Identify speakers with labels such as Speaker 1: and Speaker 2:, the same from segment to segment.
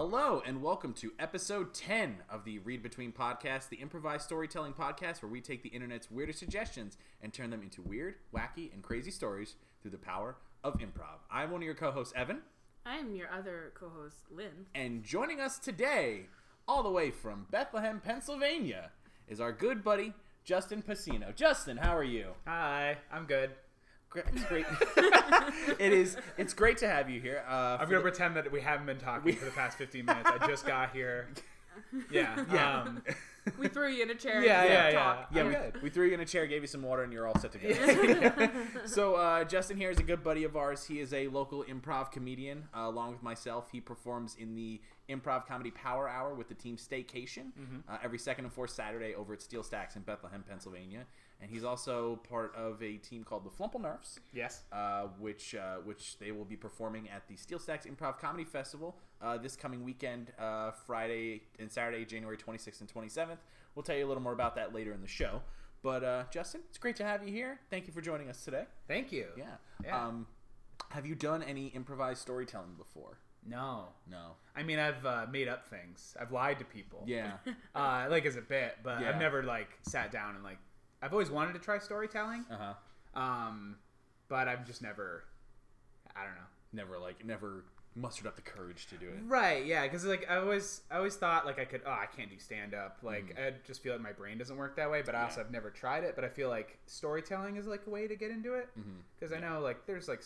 Speaker 1: Hello and welcome to episode 10 of the Read Between podcast, the improvised storytelling podcast where we take the internet's weirdest suggestions and turn them into weird, wacky, and crazy stories through the power of improv. I'm one of your co-hosts, Evan,
Speaker 2: I'm your other co-host, Lynn.
Speaker 1: and joining us today, all the way from Bethlehem, Pennsylvania, is our good buddy Justin Pacino. Justin, how are you?
Speaker 3: Hi, I'm good.
Speaker 1: Gre- It's great. it is. It's great to have you here. Uh, for
Speaker 3: I'm gonna
Speaker 1: the-
Speaker 3: pretend that we haven't been talking for the past 15 minutes. I just got here. Yeah, yeah, um,
Speaker 2: We threw you in a chair.
Speaker 3: yeah,
Speaker 2: and
Speaker 3: yeah,
Speaker 2: just
Speaker 3: yeah.
Speaker 2: talked.
Speaker 1: Yeah,
Speaker 3: I'm
Speaker 1: we,
Speaker 3: good.
Speaker 1: we threw you in a chair, gave you some water, and you're all set to go. so uh, Justin here is a good buddy of ours. He is a local improv comedian, uh, along with myself. He performs in the improv comedy Power Hour with the team Staycation
Speaker 3: Mm-hmm.
Speaker 1: uh, every second and fourth Saturday over at Steel Stacks in Bethlehem, Pennsylvania. And he's also part of a team called the Flumple Nerfs,
Speaker 3: Yes.
Speaker 1: uh, which uh, which they will be performing at the Steel Stacks Improv Comedy Festival uh, this coming weekend, uh, Friday and Saturday, January 26th and 27th. We'll tell you a little more about that later in the show. But uh, Justin, it's great to have you here. Thank you for joining us today.
Speaker 3: Thank you.
Speaker 1: Yeah.
Speaker 3: Yeah.
Speaker 1: Um, have you done any improvised storytelling before?
Speaker 3: No,
Speaker 1: No.
Speaker 3: I mean I've uh, made up things. I've lied to people.
Speaker 1: Yeah.
Speaker 3: Uh, like as a bit, but
Speaker 1: Yeah.
Speaker 3: I've never like sat down and like. I've always wanted to try storytelling,
Speaker 1: Uh huh.
Speaker 3: um, but I've just never. I don't know.
Speaker 1: Never like never mustered up the courage to do it.
Speaker 3: Right, yeah, because like I always, I always thought like I could. Oh, I can't do stand up. Like I just feel like my brain doesn't work that way. But I
Speaker 1: Mm.
Speaker 3: also
Speaker 1: Yeah.
Speaker 3: have never tried it. But I feel like storytelling is like a way to get into it.
Speaker 1: Mm-hmm.
Speaker 3: Because I know like there's like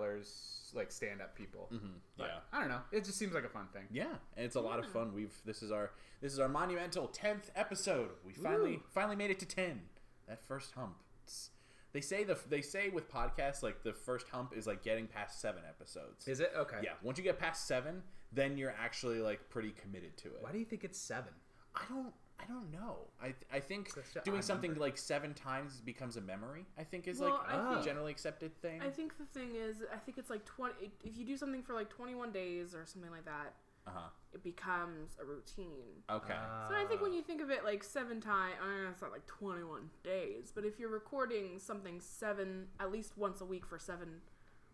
Speaker 3: storytellers, like stand up people. But
Speaker 1: Mm-hmm. Yeah.
Speaker 3: I don't know. It just seems like a fun thing.
Speaker 1: Yeah, and it's a lot of fun. We've this is our this is our monumental tenth episode. We finally
Speaker 3: Woo.
Speaker 1: finally made it to ten. That first hump. It's- they say the they say with podcasts like the first hump is like getting past seven episodes.
Speaker 3: Is it okay?
Speaker 1: yeah, once you get past seven, then you're actually like pretty committed to it.
Speaker 3: Why do you think it's seven?
Speaker 1: I don't I don't know. I I think
Speaker 3: Such an
Speaker 1: doing
Speaker 3: odd
Speaker 1: something
Speaker 3: number.
Speaker 1: like seven times becomes a memory. I think is
Speaker 2: Well,
Speaker 1: like
Speaker 2: I
Speaker 1: a
Speaker 3: think-
Speaker 1: generally accepted thing.
Speaker 2: I think the thing is, I think it's like twenty. If you do something for like twenty-one days or something like that,
Speaker 1: uh
Speaker 2: it becomes a routine.
Speaker 1: huh. Okay.
Speaker 3: Uh,
Speaker 2: So I
Speaker 1: Uh.
Speaker 2: think when you think of it like seven times, uh, it's not like twenty-one days, but if you're recording something seven at least once a week for seven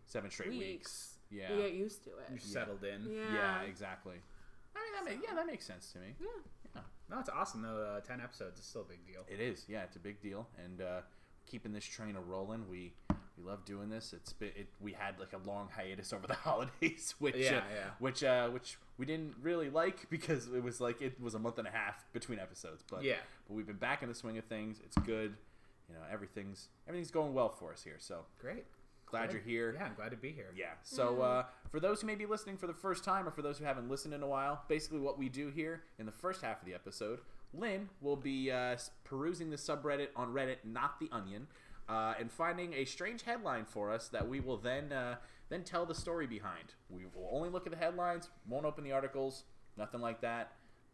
Speaker 1: seven straight
Speaker 2: weeks,
Speaker 1: weeks. Yeah.
Speaker 2: you get used to
Speaker 3: you're
Speaker 2: it.
Speaker 3: settled in.
Speaker 2: Yeah.
Speaker 1: Yeah, exactly. I mean, that ma- yeah, that makes sense to me.
Speaker 2: Yeah.
Speaker 3: No, it's awesome though. Uh, Ten episodes is still a big deal.
Speaker 1: It is, yeah. It's a big deal, and uh, keeping this train a rolling. We we love doing this. It's been, it, we had like a long hiatus over the holidays, which uh,
Speaker 3: Yeah, yeah.
Speaker 1: which uh, which we didn't really like because it was like it was a month and a half between episodes. But
Speaker 3: Yeah.
Speaker 1: but we've been back in the swing of things. It's good. You know, everything's everything's going well for us here. So
Speaker 3: Great.
Speaker 1: glad
Speaker 3: Good.
Speaker 1: you're here.
Speaker 3: Yeah, I'm glad to be here.
Speaker 1: Yeah. So uh, for those who may be listening for the first time, or for those who haven't listened in a while, basically what we do here in the first half of the episode, Lynn will be uh, s- perusing the subreddit on Reddit, not the Onion, uh, and finding a strange headline for us that we will then uh, then tell the story behind. We will only look at the headlines, won't open the articles, nothing like that.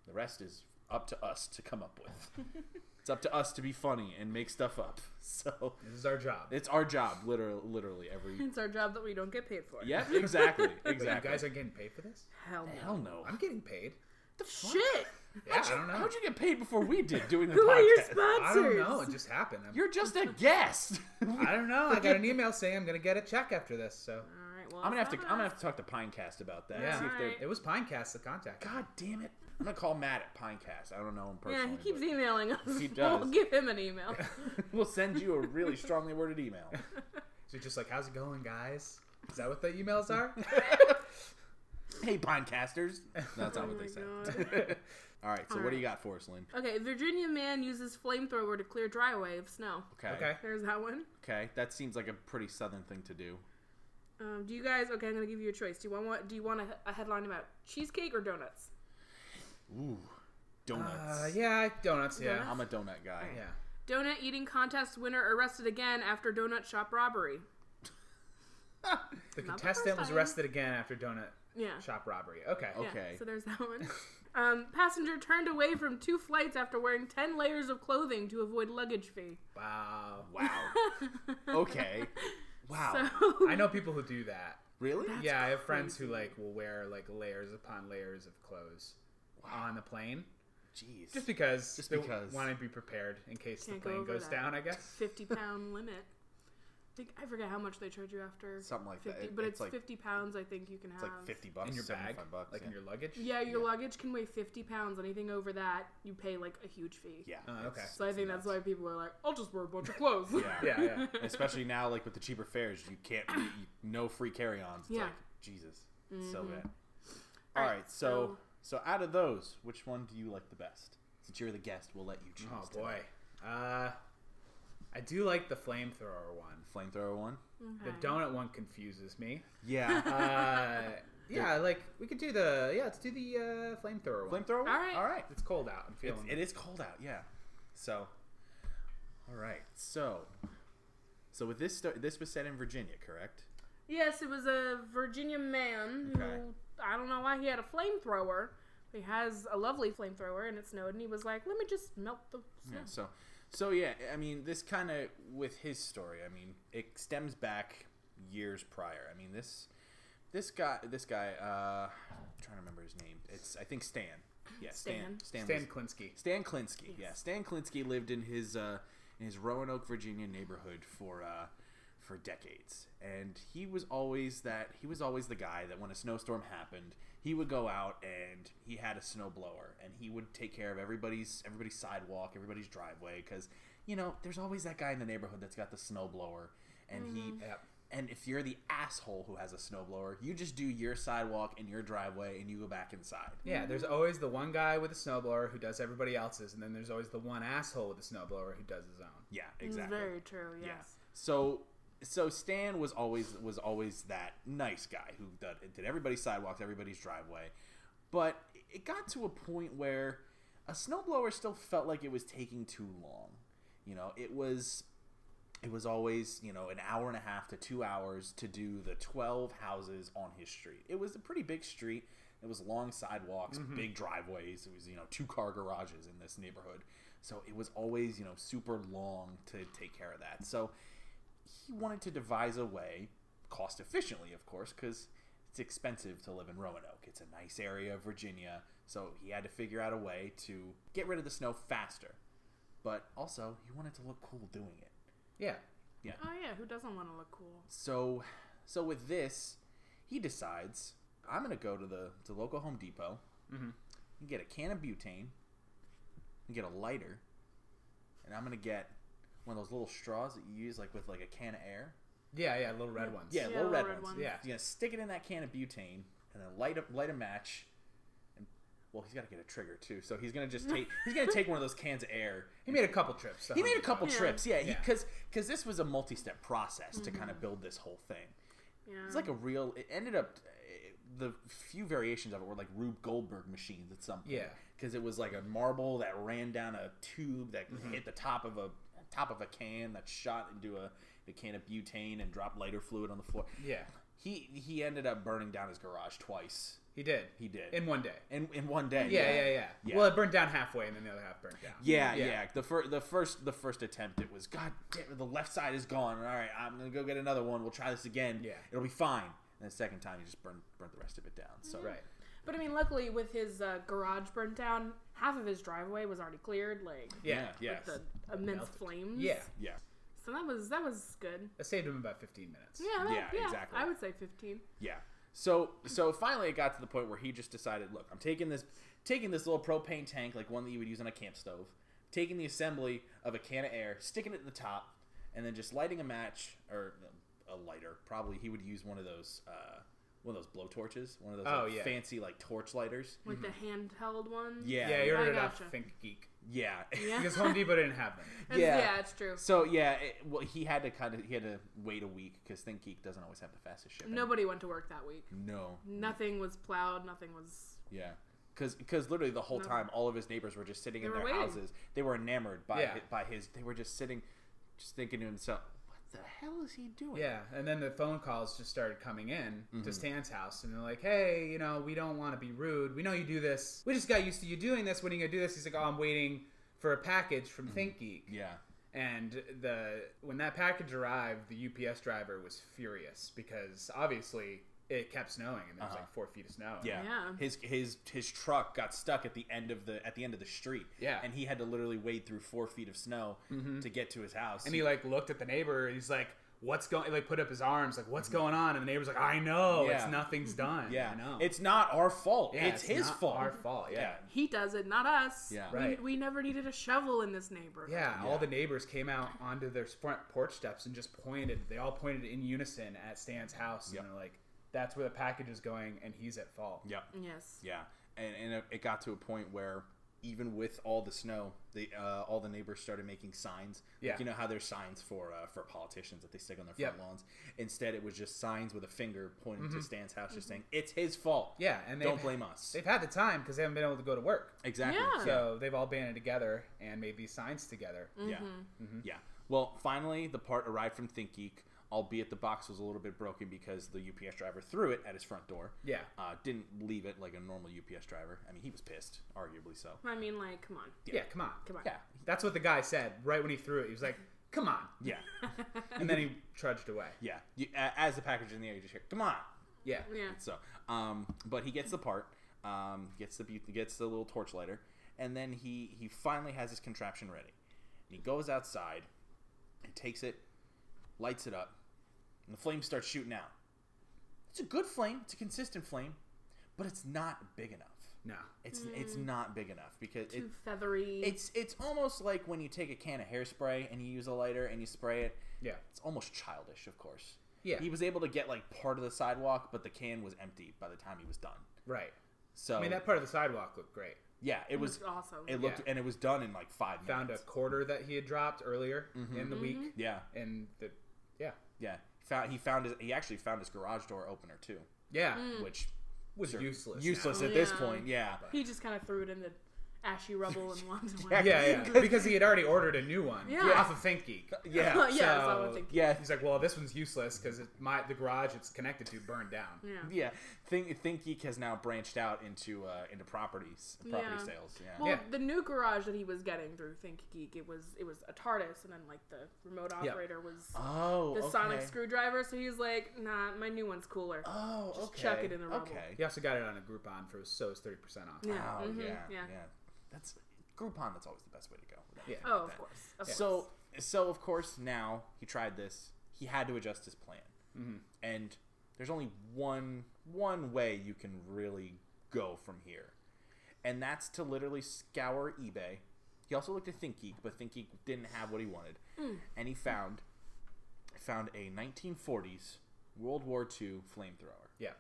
Speaker 1: The rest is up to us to come up with. it's up to us to be funny and make stuff up. So
Speaker 3: This is our job.
Speaker 1: it's our job, literally, literally every
Speaker 2: It's our job that we don't get paid for.
Speaker 1: Yep, exactly,
Speaker 3: But
Speaker 1: exactly.
Speaker 3: you guys are getting paid for this?
Speaker 2: Hell no.
Speaker 1: Hell no.
Speaker 3: I'm getting paid.
Speaker 2: Shit.
Speaker 3: Yeah, I don't know.
Speaker 1: How'd you get paid before we did doing the
Speaker 2: Who are your
Speaker 1: podcast?
Speaker 2: sponsors?
Speaker 3: I don't know. It just happened. I'm,
Speaker 1: You're just a guest. I'm
Speaker 3: I don't know. I got an email saying I'm gonna get a check after this, so
Speaker 2: All right. Well,
Speaker 1: gonna have to.
Speaker 2: fine.
Speaker 1: I'm gonna have to talk to Pinecast about that.
Speaker 3: Yeah.
Speaker 1: See if they're.
Speaker 2: Alright.
Speaker 3: it was Pinecast that contacted. me.
Speaker 1: God damn it! I'm gonna call Matt at Pinecast. I don't know him personally.
Speaker 2: Yeah, he keeps e-
Speaker 1: but
Speaker 2: emailing us.
Speaker 1: He
Speaker 2: We'll
Speaker 1: does.
Speaker 2: give him an email.
Speaker 1: We'll send you a really strongly worded email.
Speaker 3: So you're just like, how's it going, guys? Is that what the emails are?
Speaker 1: hey, Pinecasters. No, that's not
Speaker 2: Oh
Speaker 1: what they
Speaker 2: my
Speaker 1: said.
Speaker 3: God.
Speaker 1: All right. So what do
Speaker 2: Alright.
Speaker 1: you got for us, Lynn?
Speaker 2: okay, Virginia man uses flamethrower to clear driveway of snow.
Speaker 1: Okay.
Speaker 3: Okay.
Speaker 2: There's that one.
Speaker 1: Okay. That seems like a pretty southern thing to do.
Speaker 2: Um, do you guys? Okay, I'm gonna give you a choice. Do you want what? Do you want a, a headline about cheesecake or donuts?
Speaker 1: Oow. Donuts.
Speaker 3: Uh, yeah, donuts. Yeah,
Speaker 2: Donuts?
Speaker 1: I'm a donut guy.
Speaker 3: yeah.
Speaker 2: Donut eating contest winner arrested again after donut shop robbery.
Speaker 3: The
Speaker 2: Not the
Speaker 3: contestant
Speaker 2: first
Speaker 3: was
Speaker 2: time.
Speaker 3: arrested again after donut
Speaker 2: Yeah.
Speaker 3: shop robbery. Okay.
Speaker 2: Yeah,
Speaker 1: Okay.
Speaker 2: so there's that one. Um, passenger turned away from two flights after wearing ten layers of clothing to avoid luggage fee.
Speaker 3: Wow.
Speaker 1: Wow. Okay. Oh, Wow.
Speaker 2: So
Speaker 3: I know people who do that.
Speaker 1: really?
Speaker 3: yeah, I have friends who like will wear like layers upon layers of clothes on the plane
Speaker 1: Jeez.
Speaker 3: just because
Speaker 1: Just
Speaker 3: they
Speaker 1: because.
Speaker 3: want to be prepared in case
Speaker 2: Can't
Speaker 3: the
Speaker 2: go
Speaker 3: plane
Speaker 2: over
Speaker 3: goes
Speaker 2: that.
Speaker 3: down. I guess.
Speaker 2: fifty pound limit. think I forget how much they charge you after
Speaker 1: Something like that.
Speaker 2: fifty,
Speaker 1: It-
Speaker 2: but
Speaker 1: it's
Speaker 2: it's,
Speaker 1: like-
Speaker 2: fifty pounds. I think you can
Speaker 1: It's
Speaker 2: have.
Speaker 1: like fifty bucks,
Speaker 3: in your bag,
Speaker 1: 75 bucks.
Speaker 3: like
Speaker 1: yeah.
Speaker 3: in your luggage.
Speaker 2: Yeah, your
Speaker 1: yeah.
Speaker 2: luggage can weigh fifty pounds. Anything over that, you pay like a huge fee.
Speaker 1: yeah.
Speaker 3: Uh,
Speaker 1: it's-
Speaker 3: okay.
Speaker 2: So I think that's why people are like, I'll just wear a bunch of clothes.
Speaker 1: Yeah.
Speaker 3: Yeah, yeah.
Speaker 1: And especially now, like with the cheaper fares, you can't you, no free carry-ons. It's
Speaker 2: Yeah. Mm-hmm.
Speaker 1: like Jesus, it's so bad. All
Speaker 2: All
Speaker 1: right,
Speaker 2: right,
Speaker 1: so so out of those, which one do you like the best? Since you're the guest, we'll let you choose.
Speaker 3: Oh boy.
Speaker 1: tonight.
Speaker 3: Uh, I do like the flamethrower one.
Speaker 1: flamethrower one.
Speaker 2: Okay.
Speaker 3: The donut one confuses me.
Speaker 1: Yeah,
Speaker 3: Uh, yeah, like we could do the yeah, let's do the uh, flamethrower one.
Speaker 1: flamethrower. one?
Speaker 2: All right.
Speaker 1: all right.
Speaker 3: It's cold out. I'm
Speaker 1: It's,
Speaker 3: feeling
Speaker 1: it is cold out. Yeah. So, all right. So, so with this sto- this was set in Virginia, correct?
Speaker 2: Yes, it was a Virginia man
Speaker 1: Okay.
Speaker 2: who I don't know why he had a flamethrower. He has a lovely flamethrower, and it snowed, and he was like, "Let me just melt the snow."
Speaker 1: Yeah. So, so yeah, I mean, this kind of with his story. I mean, it stems back years prior. I mean, this this guy, this guy, uh, I'm trying to remember his name. It's I think Stan. Yeah, Stan. Stan.
Speaker 2: Stan.
Speaker 3: Stan
Speaker 1: was-
Speaker 3: Klinsky.
Speaker 1: Stan Klinsky.
Speaker 2: Yes.
Speaker 1: Yeah, Stan Klinsky lived in his uh, in his Roanoke, Virginia neighborhood for uh, for decades, and he was always that he was always the guy that when a snowstorm happened, he would go out and he had a snowblower and he would take care of everybody's everybody's sidewalk, everybody's driveway, because you know there's always that guy in the neighborhood that's got the snowblower, and he
Speaker 3: Yep.
Speaker 1: and if you're the asshole who has a snowblower, you just do your sidewalk and your driveway and you go back inside.
Speaker 3: Yeah, there's always the one guy with a snowblower who does everybody else's, and then there's always the one asshole with a snowblower who does his own.
Speaker 1: Yeah,
Speaker 2: It's
Speaker 1: exactly.
Speaker 2: Very true. Yes.
Speaker 1: Yeah. So so Stan was always was always that nice guy who did, did everybody's sidewalks, everybody's driveway. But it got to a point where a snowblower still felt like it was taking too long. You know, it was it was always, you know, an hour and a half to 2 hours to do the 12 houses on his street. It was a pretty big street. It was long sidewalks, big driveways. It was, you know, two car garages in this neighborhood. So it was always, you know, super long to take care of that. So he wanted to devise a way, cost efficiently, of course, because it's expensive to live in Roanoke. It's a nice area of Virginia, so he had to figure out a way to get rid of the snow faster. But also, he wanted to look cool doing it.
Speaker 3: Yeah.
Speaker 2: Oh yeah, who doesn't want to look cool?
Speaker 1: So, so with this, he decides I'm gonna go to the to local Home Depot
Speaker 3: Mhm.
Speaker 1: and get a can of butane, and get a lighter, and I'm gonna get one of those little straws that you use like with like a can of air.
Speaker 3: Yeah, yeah, little red ones.
Speaker 1: Yeah,
Speaker 2: Yeah,
Speaker 1: little
Speaker 2: the
Speaker 1: red,
Speaker 2: red
Speaker 1: ones.
Speaker 2: ones.
Speaker 1: Yeah.
Speaker 3: Yeah.
Speaker 1: He's gonna stick it in that can of butane and then light a light a match. And well, he's gotta get a trigger too. So he's gonna just take he's gonna take one of those cans of air.
Speaker 3: He made a couple trips. to
Speaker 1: He
Speaker 3: Home
Speaker 1: made a
Speaker 3: Depot.
Speaker 1: couple
Speaker 2: Yeah.
Speaker 1: trips, yeah,
Speaker 3: Yeah. Mm-hmm.
Speaker 1: because because this was a multi step process to kind of build this whole thing.
Speaker 2: Yeah.
Speaker 1: It's like a real. It ended up it, the few variations of it were like Rube Goldberg machines at some point.
Speaker 3: Yeah.
Speaker 1: because it was like a marble that ran down a tube that
Speaker 3: Mm-hmm.
Speaker 1: hit the top of a top of a can that shot into a the can of butane and dropped lighter fluid on the floor.
Speaker 3: Yeah,
Speaker 1: He he ended up burning down his garage twice.
Speaker 3: he did.
Speaker 1: He did
Speaker 3: in one day.
Speaker 1: in in one day.
Speaker 3: Yeah, yeah, yeah.
Speaker 1: Yeah.
Speaker 3: Well, it burned down halfway, and then the other half burned down.
Speaker 1: Yeah, yeah.
Speaker 3: Yeah.
Speaker 1: The first, the first, the first attempt, it was God damn it, the left side is gone. All right, I'm gonna go get another one. We'll try this again.
Speaker 3: Yeah.
Speaker 1: it'll be fine. And the second time, you just burn, burn the rest of it down. So
Speaker 3: Right.
Speaker 2: But I mean, luckily with his uh, garage burnt down, half of his driveway was already cleared, like
Speaker 3: Yeah.
Speaker 1: yeah, yes.
Speaker 2: with the immense
Speaker 3: Melted.
Speaker 2: flames.
Speaker 3: Yeah.
Speaker 1: yeah,
Speaker 2: So that was that was good.
Speaker 3: That saved him about 15 minutes.
Speaker 2: Yeah. That,
Speaker 1: Yeah,
Speaker 2: yeah.
Speaker 1: exactly.
Speaker 2: I would say fifteen.
Speaker 1: yeah. So, so finally, it got to the point where he just decided, look, I'm taking this, taking this little propane tank, like one that you would use on a camp stove, taking the assembly of a can of air, sticking it at the top, and then just lighting a match or a lighter. Probably he would use one of those. Uh, one of those blow torches, one of those
Speaker 3: Oh,
Speaker 1: like,
Speaker 3: yeah.
Speaker 1: fancy like torch lighters.
Speaker 2: Like the handheld one.
Speaker 1: Mm-hmm. Yeah,
Speaker 3: Yeah, you
Speaker 2: I
Speaker 3: ordered it off
Speaker 2: gotcha.
Speaker 3: Think Geek
Speaker 1: Yeah.
Speaker 2: Yeah.
Speaker 3: because Home Depot didn't have them.
Speaker 2: It's-
Speaker 1: Yeah.
Speaker 2: yeah. it's true.
Speaker 1: so yeah, it, well, he had to kind of he had to wait a week because ThinkGeek doesn't always have the fastest shipping.
Speaker 2: Nobody went to work that week.
Speaker 1: No.
Speaker 2: Nothing was plowed. Nothing was.
Speaker 1: Yeah. Because literally the whole
Speaker 2: No.
Speaker 1: time, all of his neighbors were just sitting
Speaker 2: They
Speaker 1: in
Speaker 2: were
Speaker 1: their
Speaker 2: waiting.
Speaker 1: houses. They were enamored by
Speaker 3: Yeah.
Speaker 1: hi- by his. They were just sitting, just thinking to himself, "What the hell is he doing?"
Speaker 3: Yeah, and then the phone calls just started coming in
Speaker 1: Mm-hmm.
Speaker 3: to Stan's house, and they're like, "Hey, you know, we don't want to be rude. We know you do this. We just got used to you doing this. When are you gonna do this?" He's like, "Oh, I'm waiting for a package from ThinkGeek."
Speaker 1: Mm-hmm. Yeah.
Speaker 3: And the when that package arrived, the UPS driver was furious because obviously it kept snowing, and there was
Speaker 1: Uh-huh.
Speaker 3: like four feet of snow.
Speaker 1: Yeah.
Speaker 2: Yeah.
Speaker 1: His his his truck got stuck at the end of the at the end of the street.
Speaker 3: Yeah. Mm-hmm.
Speaker 1: And he had to literally wade through four feet of snow to get to his house.
Speaker 3: And he like looked at the neighbor, and he's like, what's going like put up his arms like what's going on and the neighbor's like I know
Speaker 1: Mm-hmm. Yeah. Mm-hmm.
Speaker 3: it's nothing's done
Speaker 1: Yeah,
Speaker 3: I know
Speaker 1: it's not our fault.
Speaker 3: Yeah,
Speaker 1: it's, his
Speaker 3: not
Speaker 1: fault.
Speaker 3: our fault yeah
Speaker 2: He does it, not us.
Speaker 1: Yeah.
Speaker 2: We,
Speaker 3: Right.
Speaker 2: we never needed a shovel in this neighborhood.
Speaker 3: yeah,
Speaker 1: Yeah.
Speaker 3: all the neighbors came out onto their front porch steps and just pointed they all pointed in unison at Stan's house
Speaker 1: Yep.
Speaker 3: and they're like that's where the package is going and he's at fault
Speaker 1: Yep.
Speaker 2: Yes.
Speaker 1: Yeah, and and it- it got to a point where even with all the snow, they uh, all the neighbors started making signs.
Speaker 3: Yeah.
Speaker 1: like, you know how there's signs for uh, for politicians that they stick on their
Speaker 3: Yep. Mm-hmm.
Speaker 1: front lawns. Instead, it was just signs with a finger pointing to Stan's house, just saying it's his fault.
Speaker 3: yeah and they
Speaker 1: don't blame us.
Speaker 3: they've had the time because they haven't been able to go to work
Speaker 1: Exactly.
Speaker 2: Yeah.
Speaker 3: so they've all banded together and made these signs together
Speaker 1: Yeah.
Speaker 3: Mm-hmm.
Speaker 1: Yeah. Well, finally, the part arrived from Think Geek, albeit the box was a little bit broken because the UPS driver threw it at his front door.
Speaker 3: yeah
Speaker 1: Uh, didn't leave it like a normal UPS driver. I mean, he was pissed, arguably so.
Speaker 2: I mean, like, come on.
Speaker 3: yeah, come on
Speaker 2: Come on.
Speaker 1: Yeah.
Speaker 3: That's what the guy said right when he threw it. He was like, "Come on,"
Speaker 1: Yeah.
Speaker 3: and then he trudged away.
Speaker 1: Yeah. You, a- as the package in the air, you just hear, come on.
Speaker 3: Yeah,
Speaker 2: Yeah.
Speaker 1: So, um, but he gets the part, um, gets the beaut- gets the little torch lighter, and then he he finally has his contraption ready. And he goes outside, and takes it, lights it up, and the flame starts shooting out. It's a good flame. It's a consistent flame, but it's not big enough.
Speaker 3: no,
Speaker 1: It's it's not big enough because it,
Speaker 2: Too feathery.
Speaker 1: it's it's almost like when you take a can of hairspray and you use a lighter and you spray it.
Speaker 3: yeah,
Speaker 1: It's almost childish, of course.
Speaker 3: yeah,
Speaker 1: He was able to get like part of the sidewalk, but the can was empty by the time he was done.
Speaker 3: right.
Speaker 1: So
Speaker 3: I mean, that part of the sidewalk looked great.
Speaker 1: yeah, it
Speaker 2: It
Speaker 1: was.
Speaker 2: awesome.
Speaker 1: It looked
Speaker 3: Yeah.
Speaker 1: and it was done in like five minutes.
Speaker 3: Found a quarter that he had dropped earlier
Speaker 1: Mm-hmm.
Speaker 3: in the week,
Speaker 1: Yeah,
Speaker 3: and the yeah,
Speaker 1: yeah. Found he found his. He actually found his garage door opener too,
Speaker 3: yeah,
Speaker 2: Mm.
Speaker 1: which
Speaker 3: was
Speaker 1: sure,
Speaker 3: useless.
Speaker 1: useless
Speaker 2: now.
Speaker 1: at this
Speaker 2: Hmm. Yeah.
Speaker 1: point. Yeah,
Speaker 2: he just kind of threw it in the ashy rubble and wanted
Speaker 1: Yeah.
Speaker 2: one.
Speaker 3: now. Yeah, yeah, because he had already ordered a new one
Speaker 2: Yeah.
Speaker 3: off of ThinkGeek.
Speaker 1: yeah,
Speaker 2: yeah, that's what I
Speaker 3: So-
Speaker 2: was thinking.
Speaker 1: yeah,
Speaker 3: He's like, "Well, this one's useless because my the garage it's connected to burned down."
Speaker 2: Yeah.
Speaker 1: yeah. Think Think Geek has now branched out into uh into properties, property
Speaker 2: Yeah.
Speaker 1: sales. Yeah,
Speaker 2: Well,
Speaker 3: Yeah.
Speaker 2: the new garage that he was getting through ThinkGeek, it was it was a TARDIS, and then like the remote
Speaker 3: Yeah.
Speaker 2: operator was
Speaker 1: oh,
Speaker 2: the sonic
Speaker 1: okay.
Speaker 2: screwdriver. So he's like, nah, my new one's cooler.
Speaker 1: Oh,
Speaker 2: Just
Speaker 1: okay.
Speaker 2: chuck it in the rubble.
Speaker 1: Okay.
Speaker 3: He also got it on a Groupon for so it's thirty percent off.
Speaker 2: Yeah.
Speaker 1: Wow,
Speaker 2: mhm,
Speaker 1: yeah, yeah,
Speaker 2: yeah.
Speaker 1: That's Groupon. That's always the best way to go.
Speaker 3: Yeah.
Speaker 2: Oh, of
Speaker 1: That-
Speaker 2: course. Of
Speaker 1: So,
Speaker 2: course.
Speaker 1: so of course, now he tried this. He had to adjust his plan, and there's only one one way you can really go from here, and that's to literally scour eBay. He also looked at ThinkGeek, but ThinkGeek didn't have what he wanted, and he found found a 1940s World War II flamethrower.
Speaker 3: Yeah,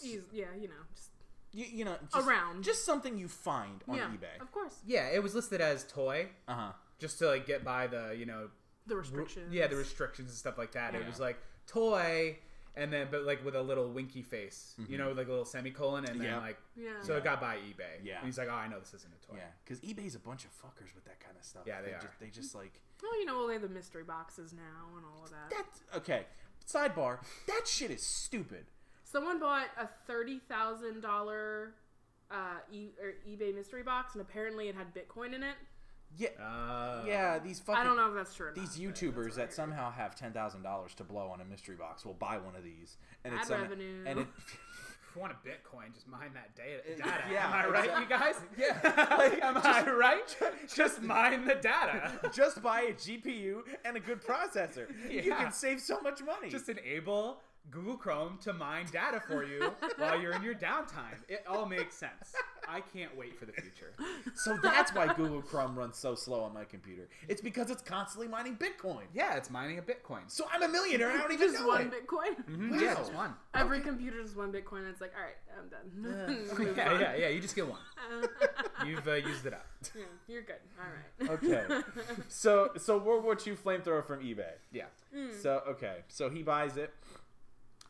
Speaker 2: he's yeah, you know, just
Speaker 1: You, you know, just,
Speaker 2: Around.
Speaker 1: just something you find on
Speaker 2: yeah,
Speaker 1: eBay.
Speaker 2: of course.
Speaker 3: yeah. It was listed as toy
Speaker 1: Uh huh.
Speaker 3: just to like get by the you know
Speaker 2: The
Speaker 3: ru-
Speaker 2: restrictions.
Speaker 3: Yeah, the restrictions and stuff like that. It
Speaker 1: Yeah.
Speaker 3: was like toy, and then but like with a little winky face, you know, like a little semicolon, and
Speaker 1: Mm-hmm.
Speaker 3: then
Speaker 1: Yeah.
Speaker 3: like
Speaker 2: Yeah.
Speaker 3: so it got by eBay.
Speaker 1: Yeah.
Speaker 3: and he's like, oh, I know this isn't a toy.
Speaker 1: Yeah, because eBay's a bunch of fuckers with that kind of stuff.
Speaker 3: Yeah, they
Speaker 1: Just,
Speaker 3: are.
Speaker 1: they just like
Speaker 2: Well, you know, well, they have the mystery boxes now and all of that.
Speaker 1: that. Okay, sidebar. That shit is stupid.
Speaker 2: Someone bought a thirty thousand dollar uh, e- or eBay mystery box, and apparently it had Bitcoin in it.
Speaker 1: Yeah,
Speaker 3: Uh,
Speaker 1: yeah. These fucking
Speaker 2: I don't know if that's true. Or
Speaker 1: These
Speaker 2: not.
Speaker 1: YouTubers
Speaker 2: what I
Speaker 1: that somehow have ten thousand dollars to blow on a mystery box will buy one of these, and
Speaker 2: Ad
Speaker 1: it's some-
Speaker 2: revenue.
Speaker 1: and it,
Speaker 3: If you want a Bitcoin, just mine that data.
Speaker 1: It-
Speaker 3: data.
Speaker 1: Uh, yeah,
Speaker 3: Am I right,
Speaker 1: exact-
Speaker 3: you guys?
Speaker 1: Yeah, like,
Speaker 3: Am I right? Just mine the data.
Speaker 1: just buy a GPU and a good processor. You
Speaker 3: Yeah.
Speaker 1: can save so much money.
Speaker 3: just enable Google Chrome to mine data for you while you're in your downtime. It all makes sense. I can't wait for the future.
Speaker 1: so that's why Google Chrome runs so slow on my computer. It's because it's constantly mining Bitcoin.
Speaker 3: Yeah, it's mining a Bitcoin.
Speaker 1: So I'm a millionaire. and I don't even
Speaker 2: Just
Speaker 1: know
Speaker 2: one
Speaker 1: it. Mm-hmm.
Speaker 2: Bitcoin.
Speaker 3: Mhm, Yeah, just one.
Speaker 2: Every computer just one Bitcoin. And it's like, all right, I'm done. Move
Speaker 3: yeah,
Speaker 2: on.
Speaker 3: yeah, yeah. You just get one. You've uh, used it up.
Speaker 2: Yeah, you're good. All right.
Speaker 1: Okay. so so World War II flamethrower from eBay.
Speaker 3: Yeah. Hmm.
Speaker 1: So okay. So he buys it.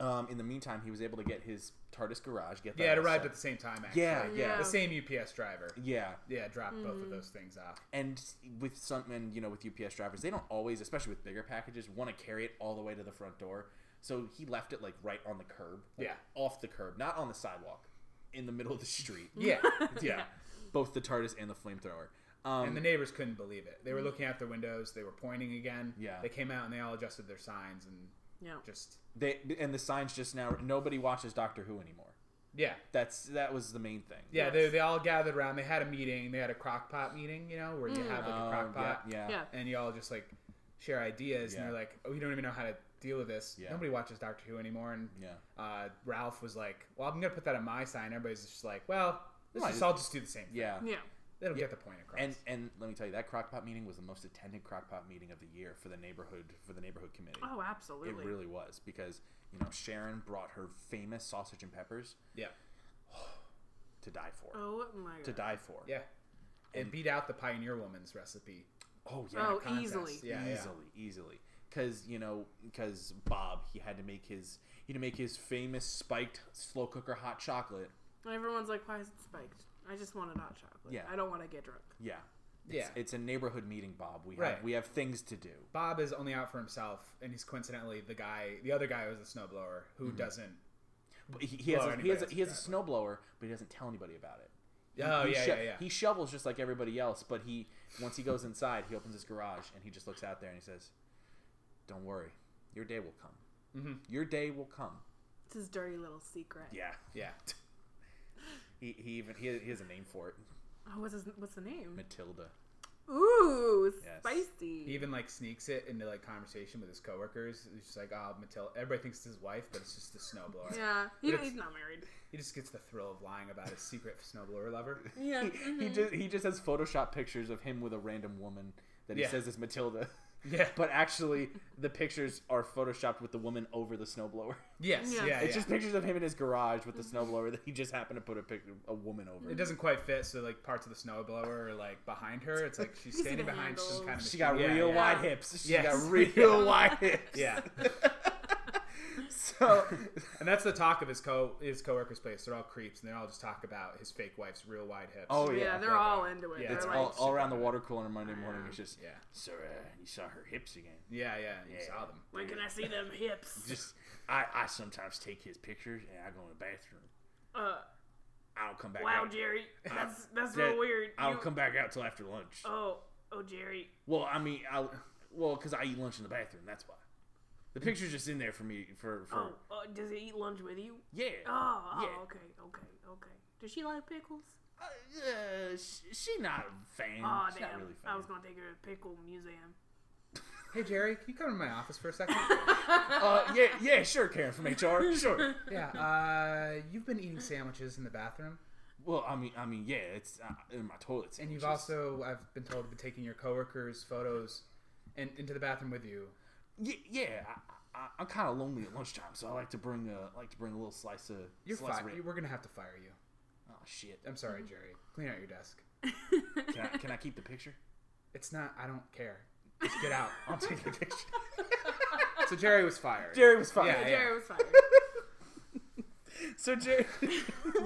Speaker 1: Um, in the meantime, he was able to get his TARDIS garage. Get that
Speaker 3: Yeah, it
Speaker 1: all
Speaker 3: arrived
Speaker 1: set.
Speaker 3: at the same time, actually.
Speaker 1: Yeah, yeah.
Speaker 3: The same UPS driver.
Speaker 1: Yeah,
Speaker 3: Yeah, dropped both of those things off.
Speaker 1: and with some and you know with UPS drivers, they don't always, especially with bigger packages, want to carry it all the way to the front door. So he left it like right on the curb. like,
Speaker 3: Yeah.
Speaker 1: off the curb, not on the sidewalk, in the middle of the street.
Speaker 3: Yeah.
Speaker 1: yeah, both the TARDIS and the flamethrower. Um, Mm.
Speaker 3: and the neighbors couldn't believe it. They were looking out their windows. They were pointing again.
Speaker 1: Yeah.
Speaker 3: They came out and they all adjusted their signs and
Speaker 2: Yeah.
Speaker 3: just,
Speaker 1: they and the signs just now. Nobody watches Doctor Who anymore.
Speaker 3: yeah.
Speaker 1: That's that was the main thing.
Speaker 3: Yeah,
Speaker 2: Yes.
Speaker 3: they, they all gathered around. They had a meeting. They had a crock pot meeting, you know, where you have like a
Speaker 1: Um,
Speaker 3: crock pot.
Speaker 1: yeah, yeah.
Speaker 2: Yeah.
Speaker 3: And you all just like share ideas,
Speaker 1: Yeah.
Speaker 3: and they're like, "Oh, we don't even know how to deal with this."
Speaker 1: Yeah.
Speaker 3: Nobody watches Doctor Who anymore, and
Speaker 1: Yeah.
Speaker 3: uh, Ralph was like, "Well, I'm gonna put that on my sign." Everybody's just like, "Well, let's
Speaker 1: Right.
Speaker 3: just all just do the same." Thing.
Speaker 1: Yeah.
Speaker 2: Yeah.
Speaker 3: That'll
Speaker 1: Yeah.
Speaker 3: get the point across.
Speaker 1: And and let me tell you that crockpot meeting was the most attended crockpot meeting of the year for the neighborhood for the neighborhood committee.
Speaker 2: Oh, absolutely.
Speaker 1: It really was because you know Sharon brought her famous sausage and peppers
Speaker 3: yeah,
Speaker 1: to die for.
Speaker 2: oh my god.
Speaker 1: To die for.
Speaker 3: yeah. It beat out the Pioneer Woman's recipe.
Speaker 1: Oh yeah.
Speaker 2: Oh,
Speaker 3: contest.
Speaker 2: easily.
Speaker 3: Yeah, yeah.
Speaker 1: easily, easily. Because you know, because Bob he had to make his you know make his famous spiked slow cooker hot chocolate.
Speaker 2: And everyone's like, why is it spiked? I just wanted hot chocolate.
Speaker 1: Yeah.
Speaker 2: I don't want to get drunk.
Speaker 1: Yeah.
Speaker 3: Yeah.
Speaker 1: It's, it's a neighborhood meeting, Bob. We
Speaker 3: Right.
Speaker 1: have we have things to do.
Speaker 3: Bob is only out for himself, and he's coincidentally the guy. The other guy was a snowblower who
Speaker 1: Mm-hmm.
Speaker 3: doesn't.
Speaker 1: But he, he has
Speaker 3: Blow
Speaker 1: a, he has a,
Speaker 3: anybody
Speaker 1: he has a
Speaker 3: else's
Speaker 1: snowblower, but he doesn't tell anybody about it. He-
Speaker 3: Oh
Speaker 1: he
Speaker 3: yeah,
Speaker 1: sho-
Speaker 3: yeah, yeah.
Speaker 1: He shovels just like everybody else, but he once he goes inside, he opens his garage and he just looks out there and he says, "Don't worry, your day will come.
Speaker 3: Mhm.
Speaker 1: Your day will come."
Speaker 2: It's his dirty little secret.
Speaker 1: Yeah.
Speaker 3: yeah.
Speaker 1: He, he even he has, he has a name for it,
Speaker 2: Oh, what's his, what's the name?
Speaker 1: Matilda.
Speaker 2: Ooh,
Speaker 1: Yes.
Speaker 2: spicy.
Speaker 3: He even like sneaks it into like conversation with his coworkers. He's just like, "Oh, Matilda." Everybody thinks it's his wife, but it's just the snowblower.
Speaker 2: yeah, he,
Speaker 3: But it's-
Speaker 2: he's not married.
Speaker 3: He just gets the thrill of lying about his secret snowblower lover.
Speaker 2: Yeah,
Speaker 1: He,
Speaker 3: Mm-hmm.
Speaker 1: he just he just has Photoshop pictures of him with a random woman that he
Speaker 3: Yeah.
Speaker 1: says is Matilda.
Speaker 3: Yeah.
Speaker 1: But actually, the pictures are photoshopped with the woman over the snowblower.
Speaker 3: Yes.
Speaker 2: Yeah.
Speaker 3: Yeah. yeah,
Speaker 1: It's just pictures of him in his garage with the snowblower that he just happened to put a picture a woman over.
Speaker 3: It doesn't quite fit, so like parts of the snowblower are like behind her. It's like she's
Speaker 2: Easy to
Speaker 3: standing behind some
Speaker 2: handle.
Speaker 3: kind of.
Speaker 1: She
Speaker 3: machine.
Speaker 1: got
Speaker 3: yeah,
Speaker 1: real
Speaker 3: yeah.
Speaker 1: wide
Speaker 2: Yeah.
Speaker 1: hips. She
Speaker 3: Yes.
Speaker 1: got real
Speaker 3: Yeah.
Speaker 1: wide hips.
Speaker 3: Yeah.
Speaker 1: so
Speaker 3: And that's the talk of his co his coworkers' place. They're all creeps, and they all just talk about his fake wife's real wide hips.
Speaker 1: Oh,
Speaker 2: yeah,
Speaker 1: yeah,
Speaker 2: they're
Speaker 3: yeah.
Speaker 2: all into it.
Speaker 3: Yeah,
Speaker 2: they're
Speaker 1: it's
Speaker 2: like,
Speaker 1: all, all around the water cooler on a Monday morning.
Speaker 2: Yeah.
Speaker 1: It's just,
Speaker 3: Yeah.
Speaker 1: sir, uh, you saw her hips again.
Speaker 3: yeah, yeah. You
Speaker 1: Yeah.
Speaker 3: saw them.
Speaker 2: when can I see them hips?
Speaker 1: Just, I, I sometimes take his pictures and I go in the bathroom.
Speaker 2: uh,
Speaker 1: I don't come back.
Speaker 2: wow,
Speaker 1: out.
Speaker 2: Jerry, that's that's
Speaker 1: That-
Speaker 2: real weird.
Speaker 1: I
Speaker 2: You-
Speaker 1: don't come back out till after lunch.
Speaker 2: Oh, oh, Jerry.
Speaker 1: Well, I mean, I, well, because I eat lunch in the bathroom. That's why. The picture's just in there for me for for
Speaker 2: Oh, uh, does he eat lunch with you?
Speaker 1: yeah.
Speaker 2: Oh, oh,
Speaker 1: Yeah.
Speaker 2: okay, okay, okay. Does she like pickles?
Speaker 1: Uh, uh, she, she not a fan.
Speaker 2: Oh,
Speaker 1: She's
Speaker 2: damn.
Speaker 1: not really a fan.
Speaker 2: I was gonna take her to pickle museum.
Speaker 3: Hey Jerry, can you come to my office for a second?
Speaker 1: uh, yeah, yeah, sure, Karen from HR, sure.
Speaker 3: yeah. Uh, you've been eating sandwiches in the bathroom,
Speaker 1: Well, I mean, I mean, yeah, it's uh, in my toilet.
Speaker 3: and you've
Speaker 1: sandwiches.
Speaker 3: also I've been told been taking your coworkers' photos and into the bathroom with you.
Speaker 1: yeah, yeah. I, I, I'm kind of lonely at lunchtime, so I like to bring a like to bring a little slice of
Speaker 3: You're
Speaker 1: slice of
Speaker 3: fired.
Speaker 1: rib.
Speaker 3: We're gonna have to fire you.
Speaker 1: Oh shit!
Speaker 3: I'm sorry, Jerry. Clean out your desk.
Speaker 1: Can I, can I keep the picture?
Speaker 3: It's not. I don't care. Just get out.
Speaker 1: I'll take the picture.
Speaker 3: So Jerry was fired.
Speaker 1: Jerry was fired.
Speaker 3: Yeah,
Speaker 2: Jerry was fired.
Speaker 1: So Jerry,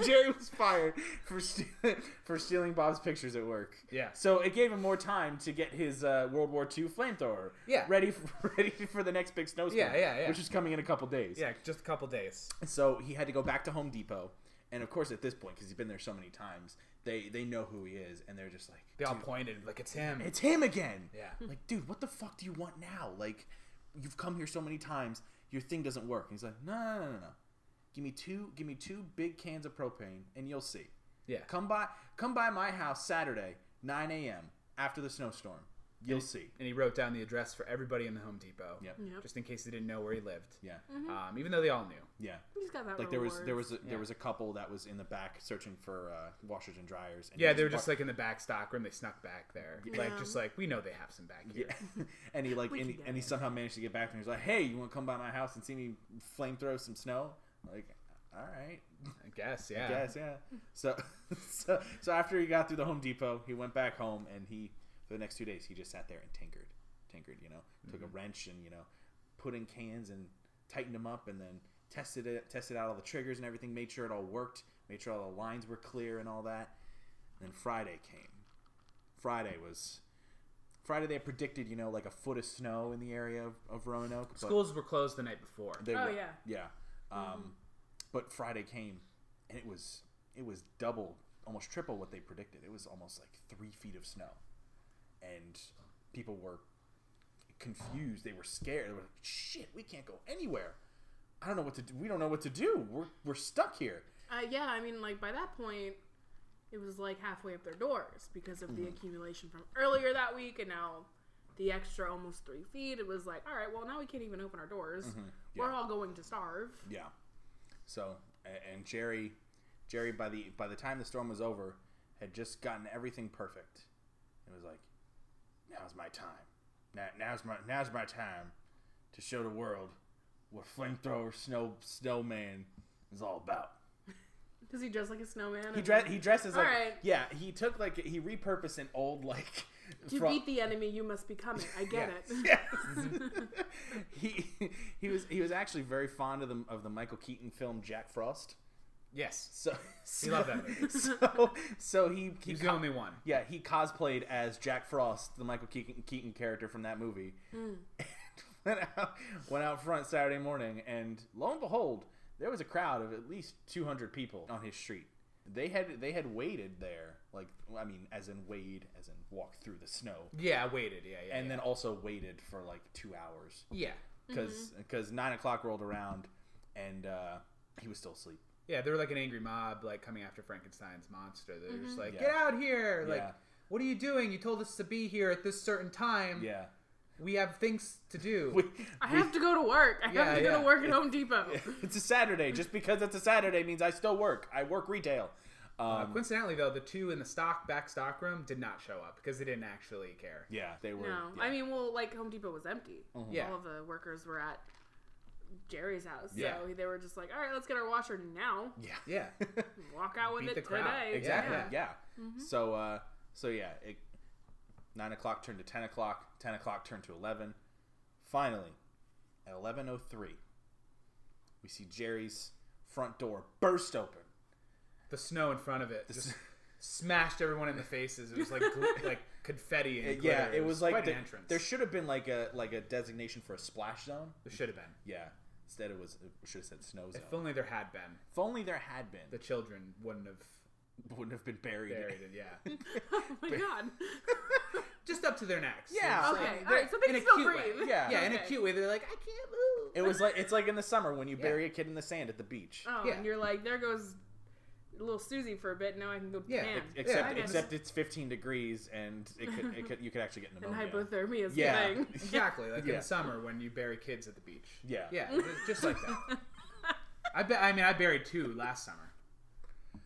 Speaker 1: Jerry was fired for ste- for stealing Bob's pictures at work.
Speaker 3: Yeah.
Speaker 1: So it gave him more time to get his uh, World War II flamethrower.
Speaker 3: Yeah.
Speaker 1: Ready for, ready for the next big snowstorm.
Speaker 3: Yeah, yeah, yeah.
Speaker 1: Which is coming in a couple days.
Speaker 3: Yeah, just a couple days.
Speaker 1: So he had to go back to Home Depot, and of course at this point, because he's been there so many times, they they know who he is, and they're just like,
Speaker 3: They all
Speaker 1: "Dude,
Speaker 3: pointed like it's him.
Speaker 1: it's him again.
Speaker 3: yeah.
Speaker 1: Like, dude, what the fuck do you want now? Like, you've come here so many times, your thing doesn't work. And he's like, no, no, no, no, no. Give me two, give me two big cans of propane, and you'll see.
Speaker 3: Yeah.
Speaker 1: Come by, come by my house Saturday, 9 a.m. after the snowstorm. You'll see.
Speaker 3: And he wrote down the address for everybody in the Home Depot.
Speaker 1: Yep.
Speaker 2: Yep.
Speaker 3: Just in case they didn't know where he lived.
Speaker 1: Yeah,
Speaker 3: Um, even though they all knew.
Speaker 1: yeah.
Speaker 2: He's got that.
Speaker 1: Like there was
Speaker 2: rewards.
Speaker 1: there was a,
Speaker 3: Yeah.
Speaker 1: there was a couple that was in the back searching for uh, washers and dryers. And he
Speaker 3: Yeah, they were just
Speaker 1: walked-
Speaker 3: like in the back stock room. They snuck back there. Like
Speaker 2: Yeah.
Speaker 3: just like we know they have some back here.
Speaker 1: Yeah. and he like
Speaker 2: We
Speaker 1: and,
Speaker 2: can get
Speaker 1: and he
Speaker 2: it.
Speaker 1: somehow managed to get back and he's like, Hey, you wanna come by my house and see me flame throw some snow? Like, all right.
Speaker 3: I guess. Yeah.
Speaker 1: Yes, yeah. So so so after he got through the Home Depot, he went back home and he for the next two days he just sat there and tinkered. Tinkered, you know. Took a wrench and, you know, put in cans and tightened them up and then tested it tested out all the triggers and everything, made sure it all worked, made sure all the lines were clear and all that. And then Friday came. Friday was Friday they had predicted, you know, like a foot of snow in the area of, of Roanoke. But
Speaker 3: Schools were closed the night before.
Speaker 1: they
Speaker 2: Oh,
Speaker 1: were-
Speaker 2: yeah.
Speaker 1: Yeah. Um, But Friday came, and it was it was double, almost triple what they predicted. It was almost like three feet of snow, and people were confused. They were scared. They were like, "Shit, we can't go anywhere. I don't know what to do. We don't know what to do. We're we're stuck here."
Speaker 2: Uh, yeah, I mean, like by that point,
Speaker 1: Mm-hmm.
Speaker 2: it was like halfway up their doors because of the accumulation from earlier that week, and now the extra almost three feet, it was like, all right, well now we can't even open our doors. We're
Speaker 1: Mm-hmm. Yeah.
Speaker 2: all going to starve.
Speaker 1: Yeah. So a- and Jerry, Jerry by the by the time the storm was over, had just gotten everything perfect. It was like, now's my time. Now, now's my now's my time to show the world what flamethrower snow snowman is all about.
Speaker 2: Does he dress like a snowman?
Speaker 1: He
Speaker 2: and
Speaker 1: dress he dresses like
Speaker 2: Alright.
Speaker 1: yeah. He took like he repurposed an old like
Speaker 2: To
Speaker 1: fro-
Speaker 2: beat the enemy, you must become it. I get it.
Speaker 1: Yes. he he was he was actually very fond of the of the Michael Keaton film Jack Frost.
Speaker 3: Yes.
Speaker 1: So, so
Speaker 3: loved that movie.
Speaker 1: So so he, he
Speaker 3: He's
Speaker 1: co-
Speaker 3: the only one.
Speaker 1: yeah he cosplayed as Jack Frost, the Michael Keaton, Keaton character from that movie. And went out went out front Saturday morning, and lo and behold, there was a crowd of at least two hundred people on his street. They had they had waited there, like I mean, as in wade, as in walk through the snow,
Speaker 3: Yeah, I waited. Yeah, yeah.
Speaker 1: and
Speaker 3: yeah.
Speaker 1: then also waited for like two hours
Speaker 3: yeah,
Speaker 1: because nine o'clock rolled around, and uh, he was still asleep.
Speaker 3: yeah, they were like an angry mob, like coming after Frankenstein's monster. They're just like,
Speaker 1: Mm-hmm. Yeah.
Speaker 3: get out here! Like,
Speaker 1: Yeah.
Speaker 3: what are you doing? You told us to be here at this certain time.
Speaker 1: Yeah.
Speaker 3: We have things to do.
Speaker 1: We,
Speaker 2: I have to go to work. I
Speaker 3: Yeah,
Speaker 2: have to go
Speaker 3: yeah.
Speaker 2: to work at Home Depot.
Speaker 1: it's a Saturday. Just because it's a Saturday means I still work. I work retail.
Speaker 3: Uh,
Speaker 1: Um,
Speaker 3: coincidentally, though, the two in the stock back stock room did not show up because they didn't actually care.
Speaker 1: yeah, they were.
Speaker 2: No,
Speaker 1: yeah.
Speaker 2: I mean, well, like Home Depot was empty.
Speaker 3: Mm-hmm. Yeah.
Speaker 2: All of the workers were at Jerry's house,
Speaker 1: Yeah.
Speaker 2: so they were just like, "All right, let's get our washer now.
Speaker 1: yeah,
Speaker 3: Yeah,
Speaker 2: Walk out with
Speaker 3: Beat
Speaker 2: it
Speaker 3: the crowd.
Speaker 2: today."
Speaker 1: exactly. Yeah.
Speaker 3: Yeah.
Speaker 2: Mm-hmm.
Speaker 1: So, uh, so yeah, it, nine o'clock turned to ten o'clock. Ten o'clock turned to eleven. Finally, at eleven o three, we see Jerry's front door burst open.
Speaker 3: the snow in front of it just smashed everyone in the faces. It was like gl- like confetti and glitter.
Speaker 1: yeah, it was like
Speaker 3: quite
Speaker 1: the,
Speaker 3: an entrance.
Speaker 1: there should have been like a like a designation for a splash zone.
Speaker 3: there should have been.
Speaker 1: Yeah. Instead, it was it should have said snow zone.
Speaker 3: If only there had been,
Speaker 1: If only there had been,
Speaker 3: the children wouldn't have
Speaker 1: wouldn't have been buried.
Speaker 3: buried it. Yeah,
Speaker 2: oh my god.
Speaker 3: just up to their necks.
Speaker 1: Yeah.
Speaker 3: It was
Speaker 2: okay,
Speaker 3: like-
Speaker 2: all right. So
Speaker 3: in
Speaker 2: they can
Speaker 3: a
Speaker 2: still
Speaker 3: cute way.
Speaker 2: breathe.
Speaker 1: Yeah.
Speaker 3: yeah, in a
Speaker 2: Okay.
Speaker 3: cute way. They're like, I can't move.
Speaker 1: It was like it's like in the summer when you
Speaker 3: Yeah.
Speaker 1: bury a kid in the sand at the beach.
Speaker 2: Oh,
Speaker 3: Yeah.
Speaker 2: and you're like, there goes little Susie for a bit. Now I can go
Speaker 3: Yeah,
Speaker 2: tan.
Speaker 3: ex-
Speaker 1: Except
Speaker 3: I guess.
Speaker 1: except it's 15 degrees and it could, it could you could actually get
Speaker 2: and
Speaker 3: oh,
Speaker 1: pneumonia.
Speaker 2: hypothermia is
Speaker 1: Yeah.
Speaker 2: the thing.
Speaker 3: exactly like in
Speaker 1: Yeah.
Speaker 3: the summer when you bury kids at the beach.
Speaker 1: Yeah.
Speaker 3: yeah, just like that. I bet. I mean, I buried two last summer.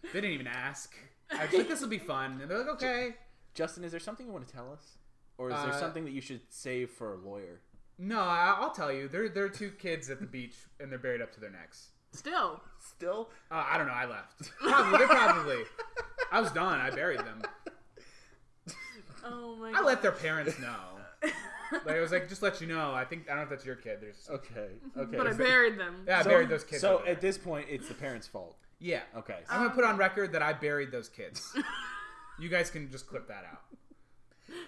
Speaker 3: They didn't even ask. I was like, "This will be fun," and they're like, "Okay."
Speaker 1: Justin, is there something you want to tell us, or is there
Speaker 3: Uh,
Speaker 1: something that you should save for a lawyer?
Speaker 3: No, I- I'll tell you. There, there are two kids at the beach, and they're buried up to their necks.
Speaker 2: Still,
Speaker 1: Still,
Speaker 3: Uh, I don't know. I left. Probably. They're probably. I was done. I buried them.
Speaker 2: oh my.
Speaker 3: I
Speaker 2: god.
Speaker 3: let their parents know. Like I was like, just let you know. I think I don't know if that's your kid. There's.
Speaker 1: okay, okay.
Speaker 2: but I
Speaker 1: So-
Speaker 2: buried them.
Speaker 3: Yeah, I
Speaker 1: so-
Speaker 3: buried those kids.
Speaker 1: So
Speaker 3: over there.
Speaker 1: at this point, it's the parents' fault.
Speaker 3: yeah.
Speaker 1: Okay.
Speaker 2: Oh,
Speaker 3: I'm gonna put on record that I buried those kids. you guys can just clip that out.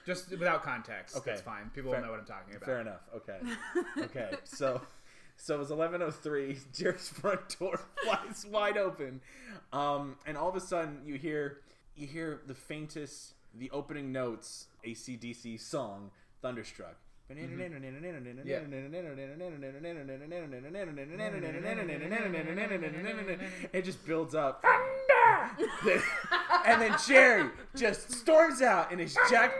Speaker 3: Just without context.
Speaker 1: Okay.
Speaker 3: That's fine. People
Speaker 1: Fair-
Speaker 3: will know what I'm talking about.
Speaker 1: Fair enough. Okay. Okay. So, so it was 11:03. Jerry's front door flies wide open, um, and all of a sudden you hear you hear the faintest, the opening notes, ACDC song, "Thunderstruck."
Speaker 3: Mm-hmm.
Speaker 1: It just builds up. Then- and then Jerry just storms out in his Jack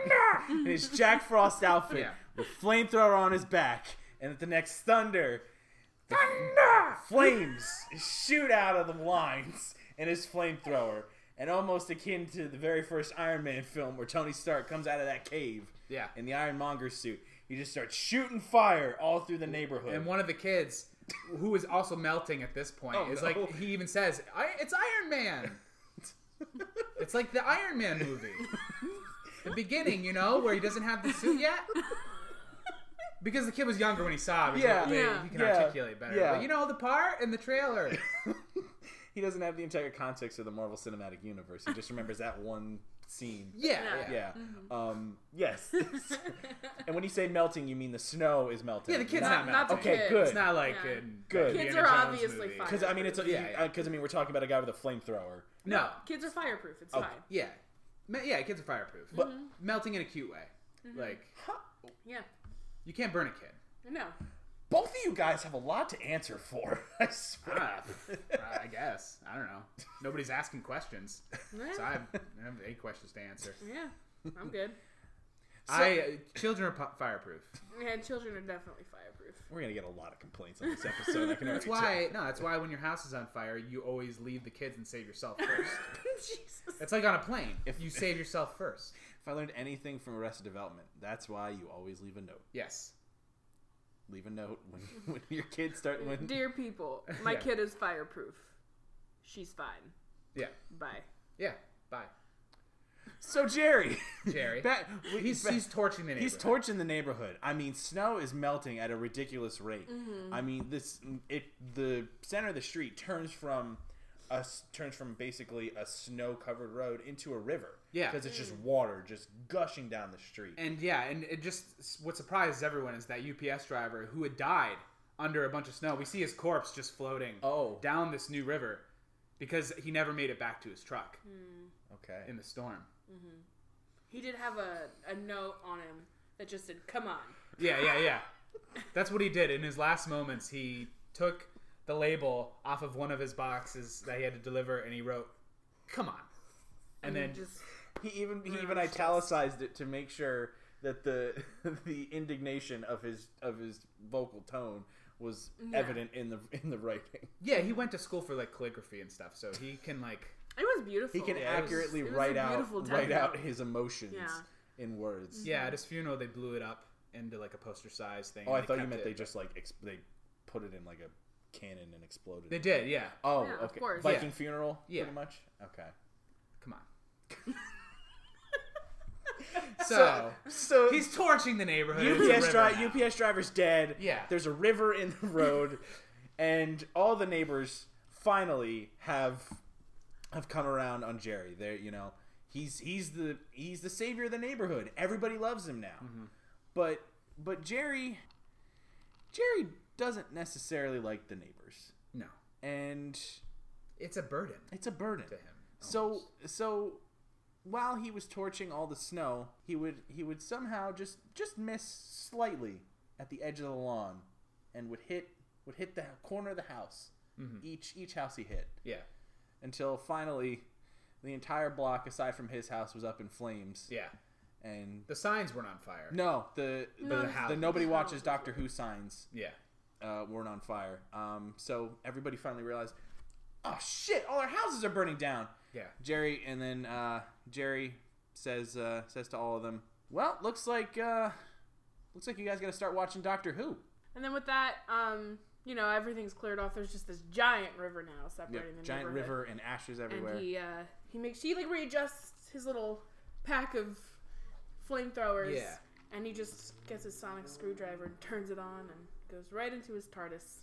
Speaker 1: in his Jack Frost outfit
Speaker 3: Yeah.
Speaker 1: with flamethrower on his back, and at the next thunder, thunder flames shoot out of the lines in his flamethrower, and almost akin to the very first Iron Man film where Tony Stark comes out of that cave
Speaker 3: Yeah.
Speaker 1: in the Ironmonger suit. He just starts shooting fire all through the neighborhood.
Speaker 3: And one of the kids, who is also melting at this point,
Speaker 1: Oh,
Speaker 3: is
Speaker 1: no.
Speaker 3: like he even says, I, "It's Iron Man." it's like the Iron Man movie, the beginning, you know, where he doesn't have the suit yet. Because the kid was younger when he saw him. He's
Speaker 1: Yeah.
Speaker 3: like, "Wait,
Speaker 2: Yeah.
Speaker 3: he can
Speaker 1: Yeah.
Speaker 3: articulate better.
Speaker 1: Yeah.
Speaker 3: But you know the part in the trailer.
Speaker 1: he doesn't have the entire context of the Marvel Cinematic Universe. He just remembers that one scene.
Speaker 3: Yeah,
Speaker 2: Yeah.
Speaker 3: yeah.
Speaker 1: Yeah. Um, yes. and when you say melting, you mean the snow is melting.
Speaker 3: Yeah, the kid's
Speaker 2: Not-
Speaker 3: not,
Speaker 2: not the
Speaker 3: melting.
Speaker 1: Okay,
Speaker 2: kid.
Speaker 1: good.
Speaker 3: It's not like
Speaker 2: Yeah.
Speaker 3: in
Speaker 1: Good.
Speaker 3: Indiana
Speaker 2: Kids are
Speaker 3: Jones
Speaker 2: obviously
Speaker 3: movie.
Speaker 2: fine.
Speaker 1: Because I mean, it's
Speaker 3: Yeah,
Speaker 1: yeah.
Speaker 3: yeah.
Speaker 1: Because I mean, we're talking about a guy with a flamethrower.
Speaker 3: No,
Speaker 2: Kids are fireproof. It's
Speaker 1: Okay.
Speaker 2: fine.
Speaker 3: yeah, Me- yeah. Kids are fireproof,
Speaker 1: But
Speaker 2: Mm-hmm.
Speaker 3: melting in a cute way. Like
Speaker 2: Yeah.
Speaker 3: you can't burn a kid.
Speaker 2: I know.
Speaker 1: both of you guys have a lot to answer for. I swear.
Speaker 3: Ah, I guess. I don't know. Nobody's asking questions. So I
Speaker 2: Yeah.
Speaker 3: have, I have eight questions to answer.
Speaker 2: yeah. I'm good.
Speaker 3: I uh, children are pu- fireproof.
Speaker 2: And children are definitely fireproof.
Speaker 1: We're gonna get a lot of complaints on this episode. I can
Speaker 3: That's
Speaker 1: already tell.
Speaker 3: why no. That's why when your house is on fire, you always leave the kids and save yourself first.
Speaker 2: Jesus.
Speaker 3: It's like on a plane.
Speaker 1: If-
Speaker 3: you save yourself first.
Speaker 1: If I learned anything from Arrested Development, that's why you always leave a note.
Speaker 3: Yes.
Speaker 1: Leave a note when when your kids start when
Speaker 2: Dear people, my
Speaker 3: Yeah.
Speaker 2: kid is fireproof. She's fine.
Speaker 3: Yeah.
Speaker 2: Bye.
Speaker 3: Yeah. Bye,
Speaker 1: So Jerry,
Speaker 3: Jerry.
Speaker 1: Back- we-
Speaker 3: he's
Speaker 1: back-
Speaker 3: he's torching the
Speaker 1: he's
Speaker 3: neighborhood.
Speaker 1: torching the neighborhood. I mean, snow is melting at a ridiculous rate.
Speaker 2: Mm-hmm.
Speaker 1: I mean, this it the center of the street turns from us turns from basically a snow covered road into a river.
Speaker 3: Yeah.
Speaker 1: because it's just
Speaker 2: Mm.
Speaker 1: water just gushing down the street.
Speaker 3: And yeah, and it just what surprises everyone is that UPS driver who had died under a bunch of snow. We see his corpse just floating
Speaker 1: oh,
Speaker 3: down this new river because he never made it back to his truck
Speaker 1: okay.
Speaker 3: in the storm.
Speaker 2: He did have a, a note on him that just said, come on.
Speaker 3: Yeah, yeah, yeah. That's what he did in his last moments. He took the label off of one of his boxes that he had to deliver, and he wrote, "Come on," and then
Speaker 2: Just
Speaker 1: He even he
Speaker 2: Yeah,
Speaker 1: even
Speaker 2: it's just-
Speaker 1: italicized it to make sure that the the indignation of his of his vocal tone was
Speaker 2: Yeah.
Speaker 1: evident in the in the writing.
Speaker 3: yeah, he went to school for like calligraphy and stuff, so he can like
Speaker 2: It was beautiful.
Speaker 1: He can
Speaker 3: Yeah, it was-
Speaker 1: accurately
Speaker 2: it was a
Speaker 1: write
Speaker 2: beautiful
Speaker 1: out
Speaker 2: time.
Speaker 1: write out his emotions
Speaker 2: Yeah.
Speaker 1: in words.
Speaker 3: yeah. At his funeral, they blew it up into like a poster size thing.
Speaker 1: Oh,
Speaker 3: and
Speaker 1: I
Speaker 3: they
Speaker 1: thought you
Speaker 3: kept
Speaker 1: meant
Speaker 3: it.
Speaker 1: they just like ex- they put it in like a cannon and exploded.
Speaker 3: they
Speaker 1: it.
Speaker 3: did. Yeah,
Speaker 1: Oh,
Speaker 2: Yeah,
Speaker 1: okay.
Speaker 2: of course.
Speaker 1: Viking funeral,
Speaker 3: Yeah.
Speaker 1: pretty much. Okay.
Speaker 3: come on. so
Speaker 1: so
Speaker 3: he's torching the neighborhood. It's a
Speaker 1: UPS
Speaker 3: river
Speaker 1: dri-
Speaker 3: now.
Speaker 1: UPS driver's dead.
Speaker 3: Yeah.
Speaker 1: There's a river in the road, and all the neighbors finally have have come around on Jerry. They're you know he's he's the he's the savior of the neighborhood. Everybody loves him now.
Speaker 3: Mm-hmm.
Speaker 1: But but Jerry Jerry doesn't necessarily like the neighbors,
Speaker 3: No,
Speaker 1: and
Speaker 3: it's a burden
Speaker 1: it's a burden
Speaker 3: to him.
Speaker 1: so
Speaker 3: almost.
Speaker 1: so while he was torching all the snow he would he would somehow just just miss slightly at the edge of the lawn and would hit would hit the corner of the house each each house he hit
Speaker 3: yeah,
Speaker 1: until finally the entire block aside from his house was up in flames
Speaker 3: yeah.
Speaker 1: and
Speaker 3: The signs weren't on fire.
Speaker 1: no the
Speaker 2: No,
Speaker 1: the,
Speaker 2: the
Speaker 1: the
Speaker 3: houses.
Speaker 1: nobody
Speaker 2: The
Speaker 1: watches
Speaker 2: houses
Speaker 1: doctor who signs
Speaker 3: Yeah.
Speaker 1: uh, weren't on fire um, so everybody finally realized oh shit all our houses are burning down
Speaker 3: Yeah.
Speaker 1: Jerry, and then uh, Jerry says uh, says to all of them, "Well, looks like uh, looks like you guys got to start watching Doctor Who."
Speaker 2: And then with that, um, you know, everything's cleared off. There's just this giant river now separating the
Speaker 1: Giant
Speaker 2: neighborhood.
Speaker 1: river and ashes everywhere.
Speaker 2: And he uh, he makes he like readjusts his little pack of flamethrowers.
Speaker 3: Yeah.
Speaker 2: And he just gets his sonic screwdriver and turns it on and goes right into his TARDIS.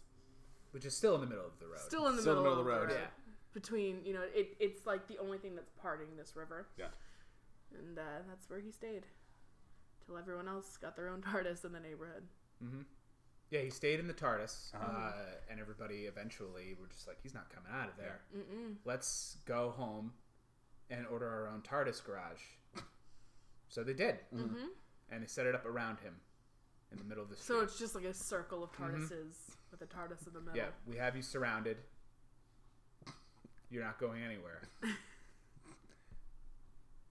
Speaker 3: Which is still in the middle of the road.
Speaker 2: Still in the,
Speaker 1: Still in
Speaker 2: middle, of the road.
Speaker 3: yeah.
Speaker 2: Between you know, it, it's like the only thing that's parting this river.
Speaker 1: Yeah.
Speaker 2: And uh, that's where he stayed. Till everyone else got their own TARDIS in the neighborhood.
Speaker 3: Yeah, he stayed in the TARDIS, uh
Speaker 1: Uh-huh.
Speaker 3: and everybody eventually were just like, he's not coming out of there. Let's go home and order our own TARDIS garage. So they did.
Speaker 2: Mhm.
Speaker 3: And they set it up around him in the middle of the street.
Speaker 2: So it's just like a circle of TARDISes with a TARDIS in the middle.
Speaker 3: yeah, we have you surrounded. You're not going anywhere.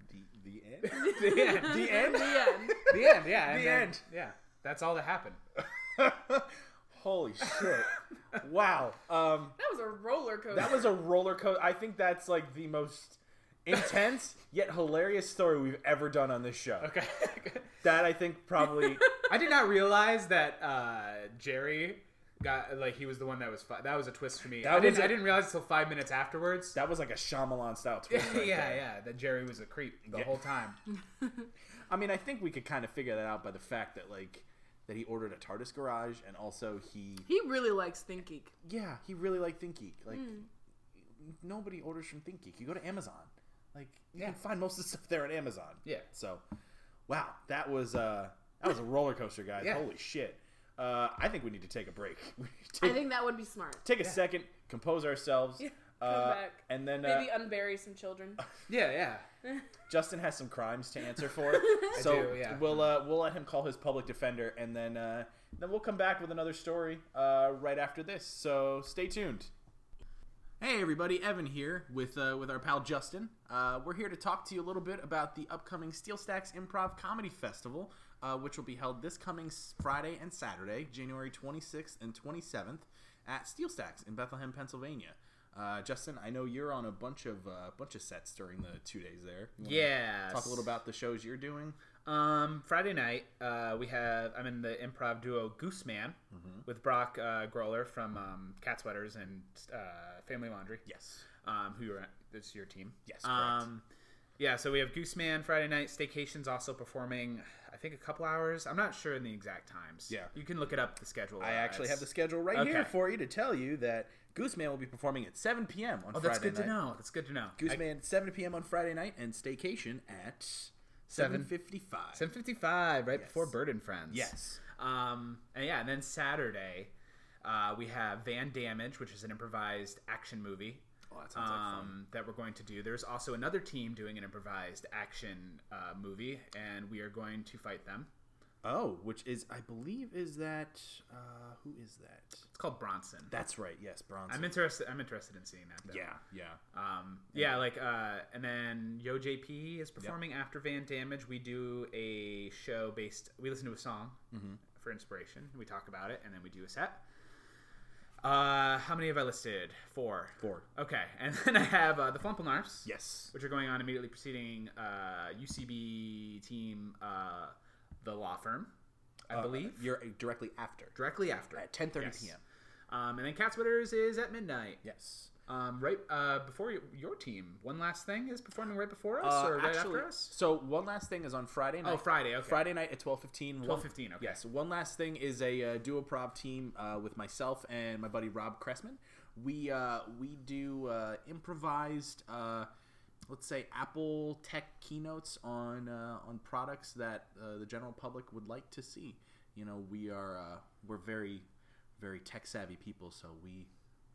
Speaker 1: The the end.
Speaker 3: the end.
Speaker 1: the end.
Speaker 2: The end.
Speaker 3: The end, yeah. and
Speaker 1: The
Speaker 3: then-
Speaker 1: end.
Speaker 3: Yeah, that's all that happened.
Speaker 1: Holy shit! wow. Um,
Speaker 2: That was a roller coaster.
Speaker 1: that was a roller coaster. I think that's like the most intense yet hilarious story we've ever done on this show.
Speaker 3: Okay.
Speaker 1: That I think probably.
Speaker 3: I did not realize that uh, Jerry got like he was the one that was fi- that was a twist for me.
Speaker 1: That
Speaker 3: I
Speaker 1: was
Speaker 3: didn't
Speaker 1: a-
Speaker 3: I didn't realize until five minutes afterwards.
Speaker 1: That was like a Shyamalan style
Speaker 3: yeah,
Speaker 1: twist. right
Speaker 3: yeah,
Speaker 1: there.
Speaker 3: yeah, that Jerry was a creep the
Speaker 1: Yeah.
Speaker 3: whole time.
Speaker 1: I mean, I think we could kind of figure that out by the fact that like that he ordered a TARDIS garage, and also he
Speaker 2: He really likes Think Geek.
Speaker 1: yeah he really liked ThinkGeek. Like
Speaker 2: Hmm.
Speaker 1: nobody orders from ThinkGeek. You go to Amazon. Like you can find most of the stuff there at Amazon.
Speaker 3: Yeah.
Speaker 1: So, wow, that was uh that was a roller coaster, guys.
Speaker 3: Yeah.
Speaker 1: Holy shit. Uh, I think we need to take a break. We need to
Speaker 2: I
Speaker 1: take,
Speaker 2: think that would be smart.
Speaker 1: take a second, compose ourselves,
Speaker 2: Yeah,
Speaker 1: uh,
Speaker 2: come back.
Speaker 1: and then uh,
Speaker 2: Maybe unbury some children.
Speaker 3: Yeah, yeah.
Speaker 1: Justin has some crimes to answer for, so
Speaker 3: do, yeah.
Speaker 1: we'll uh, we'll let him call his public defender, and then uh, then we'll come back with another story uh, right after this. So stay tuned. Hey everybody, Evan here with uh, with our pal Justin. Uh, we're here to talk to you a little bit about the upcoming Steel Stacks Improv Comedy Festival, uh, which will be held this coming s- Friday and Saturday, January 26th and 27th, at Steel Stacks in Bethlehem, Pennsylvania. Uh, Justin, I know you're on a bunch of uh, bunch of sets during the two days there. You wanna
Speaker 3: Yes.
Speaker 1: Talk a little about the shows you're doing.
Speaker 3: Um, Friday night, uh, we have I'm in the improv duo Gooseman
Speaker 1: Mm-hmm.
Speaker 3: with Brock uh, Groller from um, Cat Sweaters and uh, Family Laundry.
Speaker 1: Yes.
Speaker 3: Um, who are that's your team?
Speaker 1: Yes, correct.
Speaker 3: Um, yeah. So we have Gooseman Friday night. Staycation's also performing. I think a couple hours. I'm not sure in the exact times.
Speaker 1: Yeah.
Speaker 3: You can look it up the schedule.
Speaker 1: I
Speaker 3: uh,
Speaker 1: actually have the
Speaker 3: it's-
Speaker 1: schedule right here
Speaker 3: Okay.
Speaker 1: for you to tell you that Gooseman will be performing at 7 p.m. on
Speaker 3: Oh,
Speaker 1: Friday
Speaker 3: that's good
Speaker 1: night.
Speaker 3: to know. That's good to know.
Speaker 1: Gooseman, 7 p.m. on Friday night, and Staycation at 7.55.
Speaker 3: 7:55, right before
Speaker 1: Yes.
Speaker 3: Bird and Friends.
Speaker 1: Yes.
Speaker 3: Um, and yeah, and then Saturday, uh, we have Van Damage, which is an improvised action movie.
Speaker 1: Oh, that sounds like fun.
Speaker 3: Um, that we're going to do. There's also another team doing an improvised action uh, movie, and we are going to fight them.
Speaker 1: Oh, which is, I believe, is that, uh, who is that?
Speaker 3: It's called Bronson.
Speaker 1: That's right, yes, Bronson.
Speaker 3: I'm interested. I'm interested in seeing that. Though.
Speaker 1: yeah, yeah.
Speaker 3: Um, yeah, like, uh, and then Yo JP is performing after Van Damage. We do a show based. We listen to a song
Speaker 1: Mm-hmm.
Speaker 3: for inspiration. We talk about it, and then we do a set. Uh, how many have I listed? Four.
Speaker 1: Four.
Speaker 3: Okay, and then I have uh, the Flumplenarfs.
Speaker 1: Yes.
Speaker 3: Which are going on immediately preceding uh, UCB team, uh, the law firm, I
Speaker 1: Uh,
Speaker 3: believe,
Speaker 1: You're uh, directly after.
Speaker 3: directly after
Speaker 1: At 10.30
Speaker 3: Yes.
Speaker 1: p.m.
Speaker 3: Um, and then Cat Sweaters is at midnight.
Speaker 1: Yes.
Speaker 3: Um, right uh, before your, your team, one last thing is performing right before us
Speaker 1: Uh,
Speaker 3: or right
Speaker 1: actually,
Speaker 3: after us.
Speaker 1: So one last thing is on Friday night.
Speaker 3: Oh, Friday. Okay.
Speaker 1: Friday night at twelve fifteen.
Speaker 3: 12:15, okay.
Speaker 1: Yes. One last thing is a uh, duo prop team uh, with myself and my buddy Rob Cressman. We uh, we do uh, improvised, uh, let's say Apple tech keynotes on uh, on products that uh, the general public would like to see. You know, we are uh, we're very very tech savvy people, so we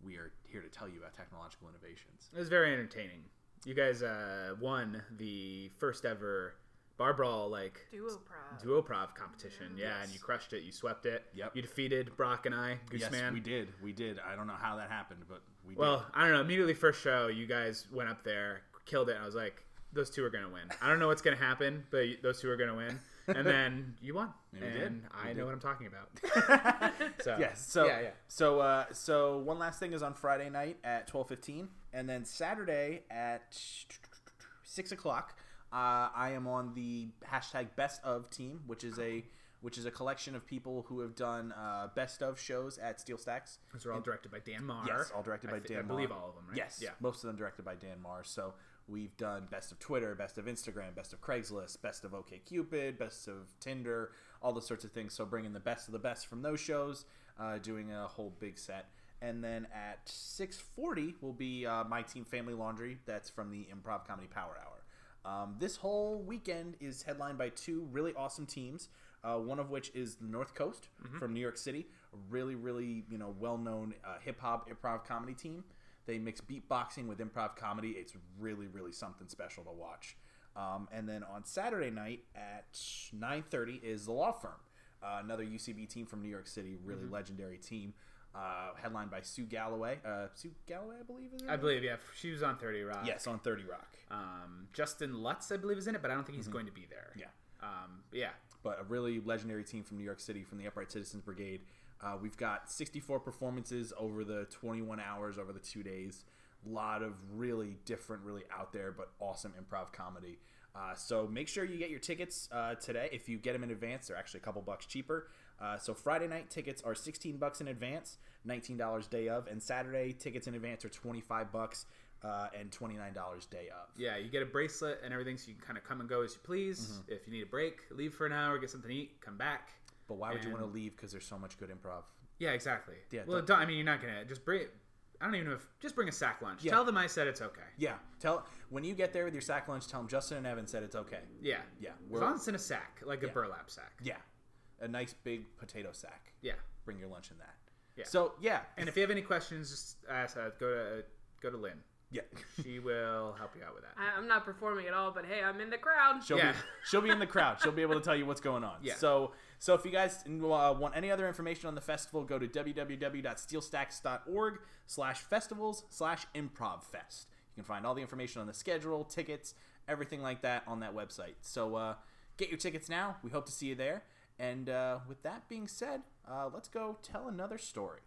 Speaker 1: we are here to tell you about technological innovations.
Speaker 3: It was very entertaining. You guys uh, won the first ever bar brawl like
Speaker 2: Duo prod.
Speaker 3: duoprov competition. Yeah,
Speaker 1: Yes.
Speaker 3: and you crushed it. You swept it.
Speaker 1: Yep.
Speaker 3: You defeated Brock and I,
Speaker 1: yes,
Speaker 3: Gooseman.
Speaker 1: we did. We did. I don't know how that happened, but we did.
Speaker 3: Well, I don't know. Immediately first show, you guys went up there, killed it, and I was like, those two are gonna win. I don't know what's gonna happen, but you- those two are gonna win. And then you won,
Speaker 1: we did.
Speaker 3: and
Speaker 1: We
Speaker 3: I
Speaker 1: did.
Speaker 3: know what I'm talking about. so
Speaker 1: Yes. So
Speaker 3: yeah, yeah.
Speaker 1: So uh, so one last thing is on Friday night at twelve fifteen, and then Saturday at six o'clock. Uh, I am on the hashtag Best of team, which is a which is a collection of people who have done uh, best of shows at Steel Stacks.
Speaker 3: Those are all directed by Dan Marr.
Speaker 1: Yes, all directed
Speaker 3: I
Speaker 1: by
Speaker 3: thi-
Speaker 1: Dan.
Speaker 3: I believe
Speaker 1: Marr.
Speaker 3: all of them, right?
Speaker 1: Yes,
Speaker 3: Yeah.
Speaker 1: most of them directed by Dan Marr. So we've done best of Twitter, best of Instagram, best of Craigslist, best of OKCupid, best of Tinder, all those sorts of things. So bringing the best of the best from those shows, uh, doing a whole big set. And then at 6:40 will be uh, my team Family Laundry. That's from the Improv Comedy Power Hour. Um, this whole weekend is headlined by two really awesome teams. Uh, one of which is the North Coast
Speaker 3: Mm-hmm.
Speaker 1: from New York City, a really, really you know well-known uh, hip hop improv comedy team. They mix beatboxing with improv comedy. It's really, really something special to watch. Um, and then on Saturday night at 9:30 is the Law Firm, uh, another UCB team from New York City, really
Speaker 3: Mm-hmm.
Speaker 1: legendary team, uh, headlined by Sue Galloway. Uh, Sue Galloway, I believe is. Her
Speaker 3: I
Speaker 1: name?
Speaker 3: believe yeah. She was on Thirty Rock.
Speaker 1: Yes, on 30 Rock.
Speaker 3: Um, Justin Lutz, I believe, is in it, but I don't think he's going to be there.
Speaker 1: Mm-hmm. Yeah.
Speaker 3: Um, yeah.
Speaker 1: but a really legendary team from New York City, from the Upright Citizens Brigade. Uh, we've got 64 performances over the 21 hours, over the two days. A lot of really different, really out there, but awesome improv comedy. Uh, so make sure you get your tickets uh, today. If you get them in advance, they're actually a couple bucks cheaper. Uh, so Friday night tickets are 16 bucks in advance, $19 day of, and Saturday tickets in advance are 25 bucks uh, and $29 day of.
Speaker 3: Yeah, you get a bracelet and everything, so you can kind of come and go as you please.
Speaker 1: Mm-hmm.
Speaker 3: If you need a break, leave for an hour, get something to eat, come back.
Speaker 1: But why would you
Speaker 3: And-
Speaker 1: want to leave? Because there's so much good improv.
Speaker 3: Yeah, exactly.
Speaker 1: Yeah,
Speaker 3: well,
Speaker 1: don't-
Speaker 3: don't, I mean, you're not gonna just bring. I don't even know if just bring a sack lunch.
Speaker 1: Yeah.
Speaker 3: Tell them I said it's okay.
Speaker 1: Yeah. Tell when you get there with your sack lunch, tell them Justin and Evan said it's okay.
Speaker 3: Yeah.
Speaker 1: Yeah.
Speaker 3: As
Speaker 1: We're,
Speaker 3: long as it's in a sack, like
Speaker 1: Yeah.
Speaker 3: a burlap sack.
Speaker 1: yeah. A nice big potato sack.
Speaker 3: Yeah.
Speaker 1: Bring your lunch in that.
Speaker 3: Yeah.
Speaker 1: So yeah.
Speaker 3: And if you have any questions, just ask. Uh, go to go to Lynn.
Speaker 1: yeah.
Speaker 3: She will help you out with that.
Speaker 2: I, I'm not performing at all, but hey, I'm in the crowd.
Speaker 1: She'll be
Speaker 3: Yeah.
Speaker 1: she'll be in the crowd. She'll be able to tell you what's going on.
Speaker 3: Yeah.
Speaker 1: So so if you guys uh, want any other information on the festival, go to www.steelstacks.org slash festivals slash improv fest. You can find all the information on the schedule, tickets, everything like that on that website. So uh, get your tickets now. We hope to see you there. And uh, with that being said, uh, let's go tell another story.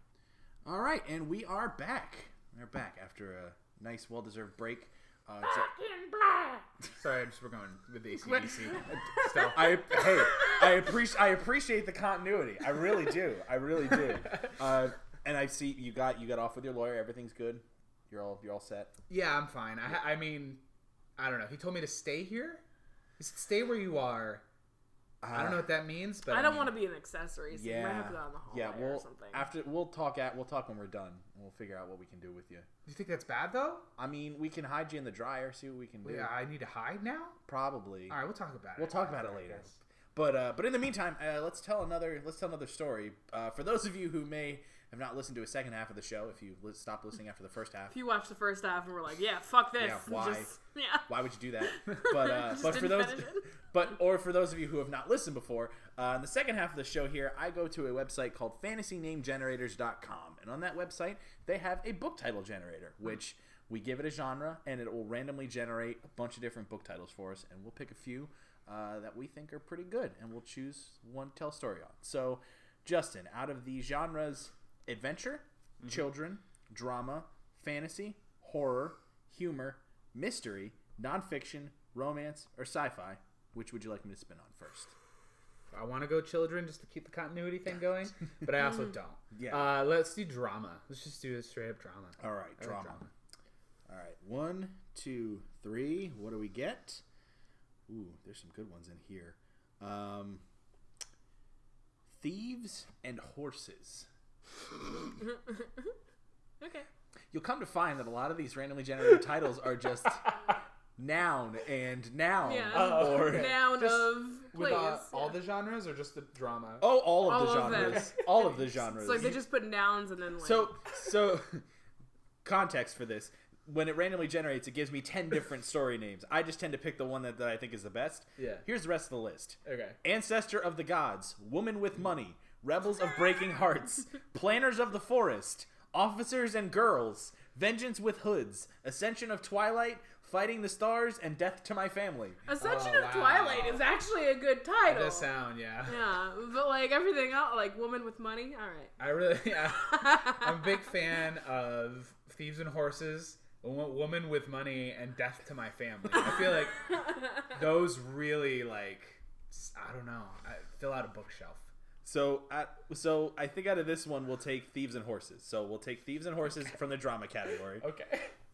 Speaker 1: All right, and we are back. We're back after a nice, well deserved break. Uh, it's-
Speaker 3: Sorry, I'm just we're going with the ACDC. Still.
Speaker 1: I hey, I appreciate I appreciate the continuity. I really do. I really do. Uh, and I see you got you got off with your lawyer. Everything's good. You're all you're all set.
Speaker 3: Yeah, I'm fine. I, I mean, I don't know. He told me to stay here. He said, stay where you are. I don't know what that means, but
Speaker 2: I don't
Speaker 3: mean,
Speaker 2: want to be an accessory, so you might
Speaker 1: Uh, Yeah.
Speaker 2: have to go out in the hallway
Speaker 1: Yeah.
Speaker 2: or
Speaker 1: We'll
Speaker 2: something.
Speaker 1: after we'll talk at we'll talk when we're done. We'll figure out what we can do with you.
Speaker 3: Do you think that's bad though?
Speaker 1: I mean, we can hide you in the dryer. See what we can do.
Speaker 3: Yeah, I need to hide now.
Speaker 1: Probably.
Speaker 3: All right, we'll talk about it.
Speaker 1: We'll talk about it
Speaker 3: I
Speaker 1: later.
Speaker 3: guess.
Speaker 1: But uh, but in the meantime, uh, let's tell another let's tell another story. Uh, for those of you who may have not listened to a second half of the show, if you li- stopped listening after the first half,
Speaker 2: if you watch the first half and we're like, yeah, fuck this.
Speaker 1: Yeah,
Speaker 2: and
Speaker 1: why?
Speaker 2: Just, yeah.
Speaker 1: why would you do that? But uh,
Speaker 2: Just
Speaker 1: but for
Speaker 2: didn't
Speaker 1: those
Speaker 2: finish it.
Speaker 1: but or for those of you who have not listened before, uh, in the second half of the show here, I go to a website called FantasyNameGenerators.com, and on that website they have a book title generator,
Speaker 2: Hmm.
Speaker 1: which we give it a genre, and it will randomly generate a bunch of different book titles for us, and we'll pick a few uh, that we think are pretty good, and we'll choose one to tell a story on. So, Justin, out of the genres, adventure,
Speaker 2: Mm-hmm.
Speaker 1: children, drama, fantasy, horror, humor, mystery, nonfiction, romance, or sci-fi, which would you like me to spin on first?
Speaker 3: I want to go children just to keep the continuity thing going, but I also don't.
Speaker 1: Yeah.
Speaker 3: Uh, let's do drama. Let's just do a straight up drama.
Speaker 1: All right,
Speaker 3: I like
Speaker 1: drama. All right, one, two, three. What do we get? Ooh, there's some good ones in here. Um, thieves and horses.
Speaker 2: Okay.
Speaker 1: You'll come to find that a lot of these randomly generated titles are just noun and noun,
Speaker 2: Yeah.
Speaker 3: Oh,
Speaker 1: or
Speaker 3: okay.
Speaker 2: Noun
Speaker 3: Just
Speaker 2: of
Speaker 3: With
Speaker 2: place.
Speaker 3: uh, all
Speaker 2: yeah.
Speaker 3: the genres or just the drama?
Speaker 1: oh, all of the
Speaker 2: All of them.
Speaker 1: genres, all of the genres.
Speaker 2: It's like they just put nouns and then like.
Speaker 1: So so context for this. When it randomly generates, it gives me ten different story names. I just tend to pick the one that, that I think is the best.
Speaker 3: Yeah.
Speaker 1: Here's the rest of the list.
Speaker 3: Okay.
Speaker 1: Ancestor of the gods, woman with money, rebels of breaking hearts, planners of the forest, officers and girls, vengeance with hoods, ascension of twilight, fighting the stars, and death to my family.
Speaker 2: Ascension
Speaker 3: Oh,
Speaker 2: of
Speaker 3: wow.
Speaker 2: Twilight is actually a good title.
Speaker 3: The sound, yeah.
Speaker 2: yeah, but like everything else, like woman with money. All right.
Speaker 3: I really, yeah. I'm a big fan of Thieves and Horses, a Wo- Woman with Money, and Death to My Family. I feel like those really, like, s- I don't know, I fill out a bookshelf.
Speaker 1: So, I so I think out of this one, we'll take thieves and horses. So we'll take thieves and horses from the drama category.
Speaker 3: Okay.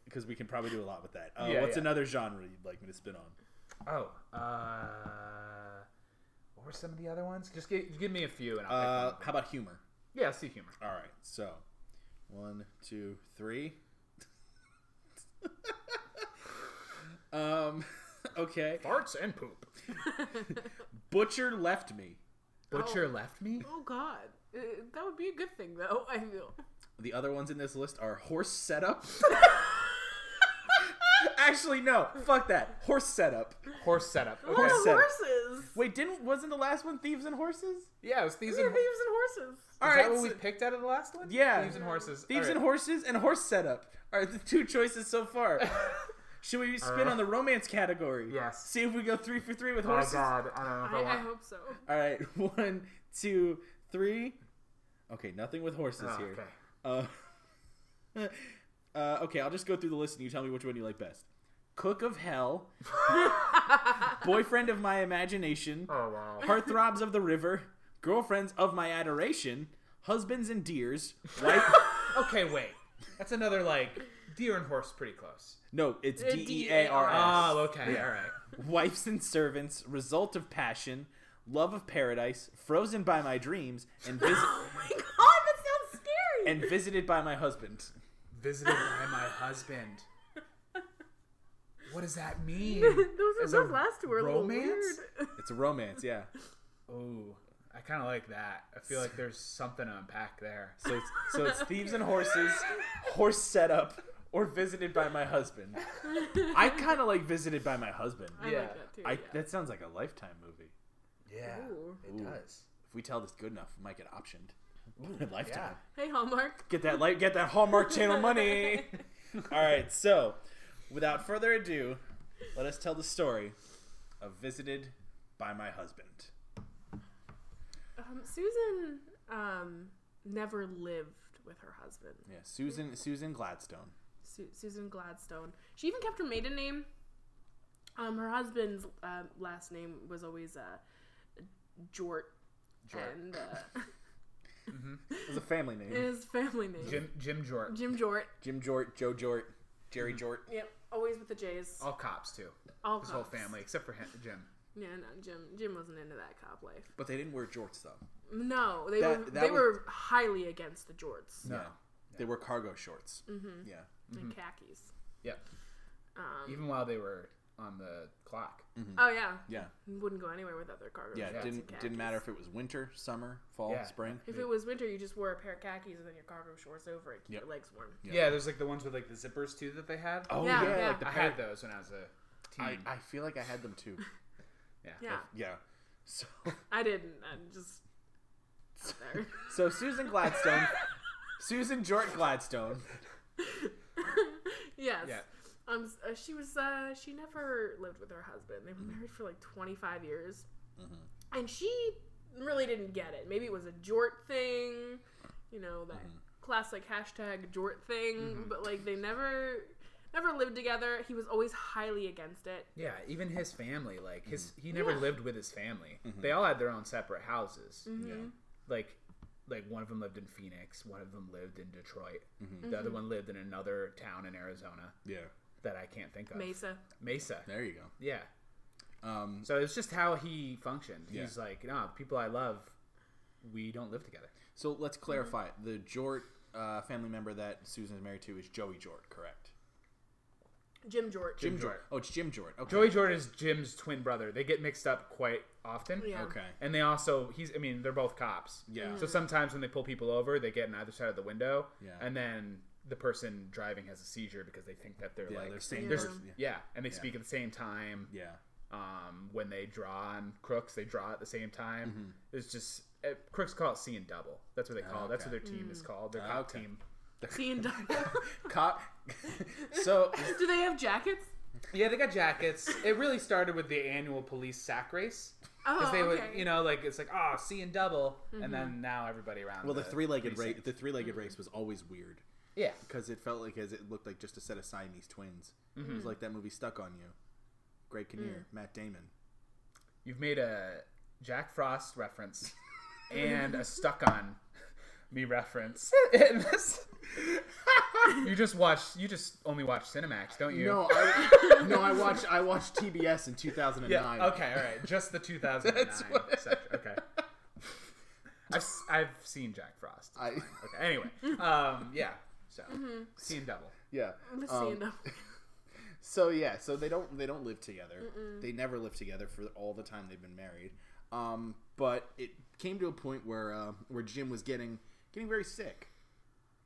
Speaker 1: because we can probably do a lot with that. Uh,
Speaker 3: Yeah,
Speaker 1: what's
Speaker 3: yeah.
Speaker 1: another genre you'd like me to spin on?
Speaker 3: Oh, uh, what were some of the other ones? Just give, give me a few and I'll
Speaker 1: Uh,
Speaker 3: pick one.
Speaker 1: how about humor?
Speaker 3: Yeah, let's do humor.
Speaker 1: All right, so one, two, three. um, okay.
Speaker 3: Farts and poop.
Speaker 1: Butcher left me.
Speaker 3: Butcher left me?
Speaker 2: Oh God, Uh, that would be a good thing though. I feel.
Speaker 1: The other ones in this list are horse setup. Actually, no. Fuck that. Horse setup.
Speaker 3: Horse setup.
Speaker 2: Oh,
Speaker 3: Okay.
Speaker 1: Horse setup.
Speaker 2: horses.
Speaker 1: Wait, didn't wasn't the last one thieves and horses?
Speaker 3: Yeah, it was Thieves
Speaker 2: Yeah,
Speaker 3: and
Speaker 2: thieves and horses.
Speaker 1: All
Speaker 3: Is
Speaker 1: right.
Speaker 3: that what
Speaker 1: so-
Speaker 3: we picked out of the last one?
Speaker 1: Yeah.
Speaker 3: Thieves and Horses.
Speaker 1: Thieves
Speaker 3: All
Speaker 1: and
Speaker 3: right.
Speaker 1: horses and horse setup are the two choices so far. Should we spin
Speaker 3: right.
Speaker 1: on the romance category?
Speaker 3: Uh-huh. Yes.
Speaker 1: See if we go three for three with
Speaker 3: Oh
Speaker 1: horses.
Speaker 3: god, I don't know if I,
Speaker 2: I, I
Speaker 3: want.
Speaker 2: hope so.
Speaker 1: All right, one, two, three. Okay, nothing with horses
Speaker 3: Oh,
Speaker 1: here.
Speaker 3: okay.
Speaker 1: Uh, uh, okay, I'll just go through the list and you tell me which one you like best. Cook of Hell, Boyfriend of My Imagination,
Speaker 3: Oh wow.
Speaker 1: Heartthrobs of the River, Girlfriends of My Adoration, Husbands and Deers, Wife.
Speaker 3: okay, wait. That's another like deer and horse, pretty close.
Speaker 1: no, it's
Speaker 2: Uh,
Speaker 1: D E A R S.
Speaker 3: Oh, okay, all right.
Speaker 1: Wives and Servants, Result of Passion, Love of Paradise, Frozen by My Dreams, and, vis-
Speaker 2: Oh my God, that sounds scary.
Speaker 1: and Visited by My Husband.
Speaker 3: Visited by my husband. What does that mean?
Speaker 2: those
Speaker 3: As
Speaker 2: those
Speaker 3: a
Speaker 2: last two were a little
Speaker 3: romance?
Speaker 2: weird.
Speaker 1: It's a romance, yeah.
Speaker 3: Oh, I kind of like that. I feel like there's something to unpack there.
Speaker 1: So it's, so it's Thieves and Horses, Horse Setup, or Visited by My Husband. I kind of like Visited by My Husband.
Speaker 2: I
Speaker 3: Yeah.
Speaker 2: like that too.
Speaker 1: I,
Speaker 2: yeah.
Speaker 1: that sounds like a lifetime movie.
Speaker 3: Yeah,
Speaker 2: Ooh.
Speaker 3: it
Speaker 1: Ooh.
Speaker 3: does.
Speaker 1: If we tell this good enough, we might get optioned. lifetime.
Speaker 3: yeah.
Speaker 2: Hey Hallmark.
Speaker 1: Get that light. Get that Hallmark Channel money. All right, so without further ado, let us tell the story of Visited by My Husband.
Speaker 2: Um, Susan um, never lived with her husband,
Speaker 1: Yeah, Susan Susan Gladstone.
Speaker 2: Su- Susan Gladstone. She even kept her maiden name. Um, her husband's uh, last name was always uh, Jort,
Speaker 1: Jort.
Speaker 2: and uh,
Speaker 1: It was a family name.
Speaker 2: his family name
Speaker 3: Jim Jim Jort.
Speaker 2: Jim Jort.
Speaker 1: Jim Jort, Joe Jort, Jerry Jort.
Speaker 2: Yep, always with the J's.
Speaker 3: All cops too.
Speaker 2: All
Speaker 3: His whole
Speaker 2: cops.
Speaker 3: family except for him, Jim.
Speaker 2: Yeah, no, Jim. Jim wasn't into that cop life.
Speaker 1: But they didn't wear jorts though.
Speaker 2: No, they
Speaker 1: That-
Speaker 2: were
Speaker 1: that
Speaker 2: they
Speaker 1: was-
Speaker 2: were highly against the jorts
Speaker 3: No.
Speaker 1: Yeah. They wore cargo shorts. Mm-hmm. Yeah.
Speaker 2: and khakis.
Speaker 3: Yep.
Speaker 2: Um,
Speaker 3: Even while they were on the clock.
Speaker 2: Oh yeah,
Speaker 1: Yeah.
Speaker 2: wouldn't go anywhere without their cargo.
Speaker 1: Mm-hmm. Yeah. It
Speaker 2: shorts and
Speaker 1: didn't
Speaker 2: khakis.
Speaker 1: didn't matter if it was winter, summer, fall,
Speaker 3: Yeah.
Speaker 1: spring.
Speaker 2: If it was winter, you just wore a pair of khakis and then your cargo shorts over it, keep
Speaker 1: Yep.
Speaker 2: your legs warm.
Speaker 1: Yeah.
Speaker 3: Yeah. there's like the ones with like the zippers too that they had.
Speaker 1: Oh
Speaker 2: Yeah,
Speaker 1: yeah,
Speaker 2: yeah.
Speaker 1: like the
Speaker 3: I
Speaker 1: pair-
Speaker 3: had Mm. those when I was a
Speaker 1: I,
Speaker 3: teen.
Speaker 1: I feel like I had them too.
Speaker 3: yeah.
Speaker 2: Yeah,
Speaker 1: yeah. So
Speaker 2: I didn't. I'm just out there.
Speaker 1: so Susan Gladstone, Susan Jort Gladstone.
Speaker 2: yes.
Speaker 3: Yeah.
Speaker 2: Um, s- uh, she was. Uh, she never lived with her husband. They were
Speaker 3: Mm-hmm.
Speaker 2: married for like 25 years, and she really didn't get it. Maybe it was a jort thing, you know, that
Speaker 3: Mm-hmm.
Speaker 2: classic hashtag jort thing. But like, they never, never lived together. He was always highly against it.
Speaker 3: Yeah, even his family, like his,
Speaker 1: Mm.
Speaker 3: he never
Speaker 2: Yeah.
Speaker 3: lived with his family.
Speaker 1: Mm-hmm.
Speaker 3: They all had their own separate houses.
Speaker 2: Mm-hmm.
Speaker 3: Like, like one of them lived in Phoenix, one of them lived in Detroit,
Speaker 1: Mm-hmm.
Speaker 3: the
Speaker 2: Mm-hmm.
Speaker 3: other one lived in another town in Arizona
Speaker 1: Yeah.
Speaker 3: that I can't think of.
Speaker 2: Mesa.
Speaker 3: Mesa.
Speaker 1: There you go.
Speaker 3: Yeah.
Speaker 1: Um,
Speaker 3: So it's just how he functioned.
Speaker 1: Yeah.
Speaker 3: He's like, no, people I love, we don't live together.
Speaker 1: so let's clarify. The Jort uh, family member that Susan is married to is Joey Jort, correct?
Speaker 2: Jim Jort.
Speaker 1: Jim,
Speaker 3: Jim
Speaker 1: Jort.
Speaker 3: Jort.
Speaker 1: Oh, it's Jim Jort. Okay.
Speaker 3: Joey Jordan is Jim's twin brother. They get mixed up quite often.
Speaker 2: Yeah.
Speaker 1: Okay.
Speaker 3: And they also, he's, I mean, they're both cops.
Speaker 1: Yeah.
Speaker 3: So sometimes when they pull people over, they get on either side of the window.
Speaker 1: Yeah.
Speaker 3: And then the person driving has a seizure because they think that they're
Speaker 1: Yeah,
Speaker 3: like,
Speaker 1: they're same
Speaker 2: there's-
Speaker 1: person. Yeah.
Speaker 3: yeah. And they speak at the same time.
Speaker 1: Yeah.
Speaker 3: Um, when they draw on crooks, they draw at the same time. It's just, uh, crooks call it seeing double. That's what they call it. That's what their team is called. Their cop
Speaker 1: Okay.
Speaker 3: team.
Speaker 2: Seeing
Speaker 1: Cop. so
Speaker 2: Do they have jackets?
Speaker 3: Yeah, they got jackets. It really started with the annual police sack race.
Speaker 2: Oh,
Speaker 3: Because they would,
Speaker 2: okay. Mm-hmm.
Speaker 3: you know, like it's like, oh, seeing double, and then now everybody around.
Speaker 1: Well, the three-legged race,
Speaker 3: precinct.
Speaker 1: the three-legged race was always weird
Speaker 3: Yeah,
Speaker 1: because it felt like as it looked like just a set of Siamese twins. It was like that movie Stuck on You, Greg Kinnear, Matt Damon.
Speaker 3: you've made a Jack Frost reference and a stuck on me reference. in this. you just watch. You just only watch Cinemax, don't you?
Speaker 1: No, I, no, I watched I watched TBS in 2009.
Speaker 3: Yeah. Okay. All right. Just the 2009
Speaker 1: That's what-
Speaker 3: section. Okay. I've, s- I've seen Jack Frost.
Speaker 1: I,
Speaker 3: Okay. Anyway. Um. Yeah. So
Speaker 2: Mm-hmm.
Speaker 3: seeing double.
Speaker 1: yeah.
Speaker 2: Let's
Speaker 1: Um,
Speaker 2: see enough.
Speaker 1: So yeah, so they don't they don't live together. They never live together for all the time they've been married. Um, but it came to a point where uh, where Jim was getting getting very sick.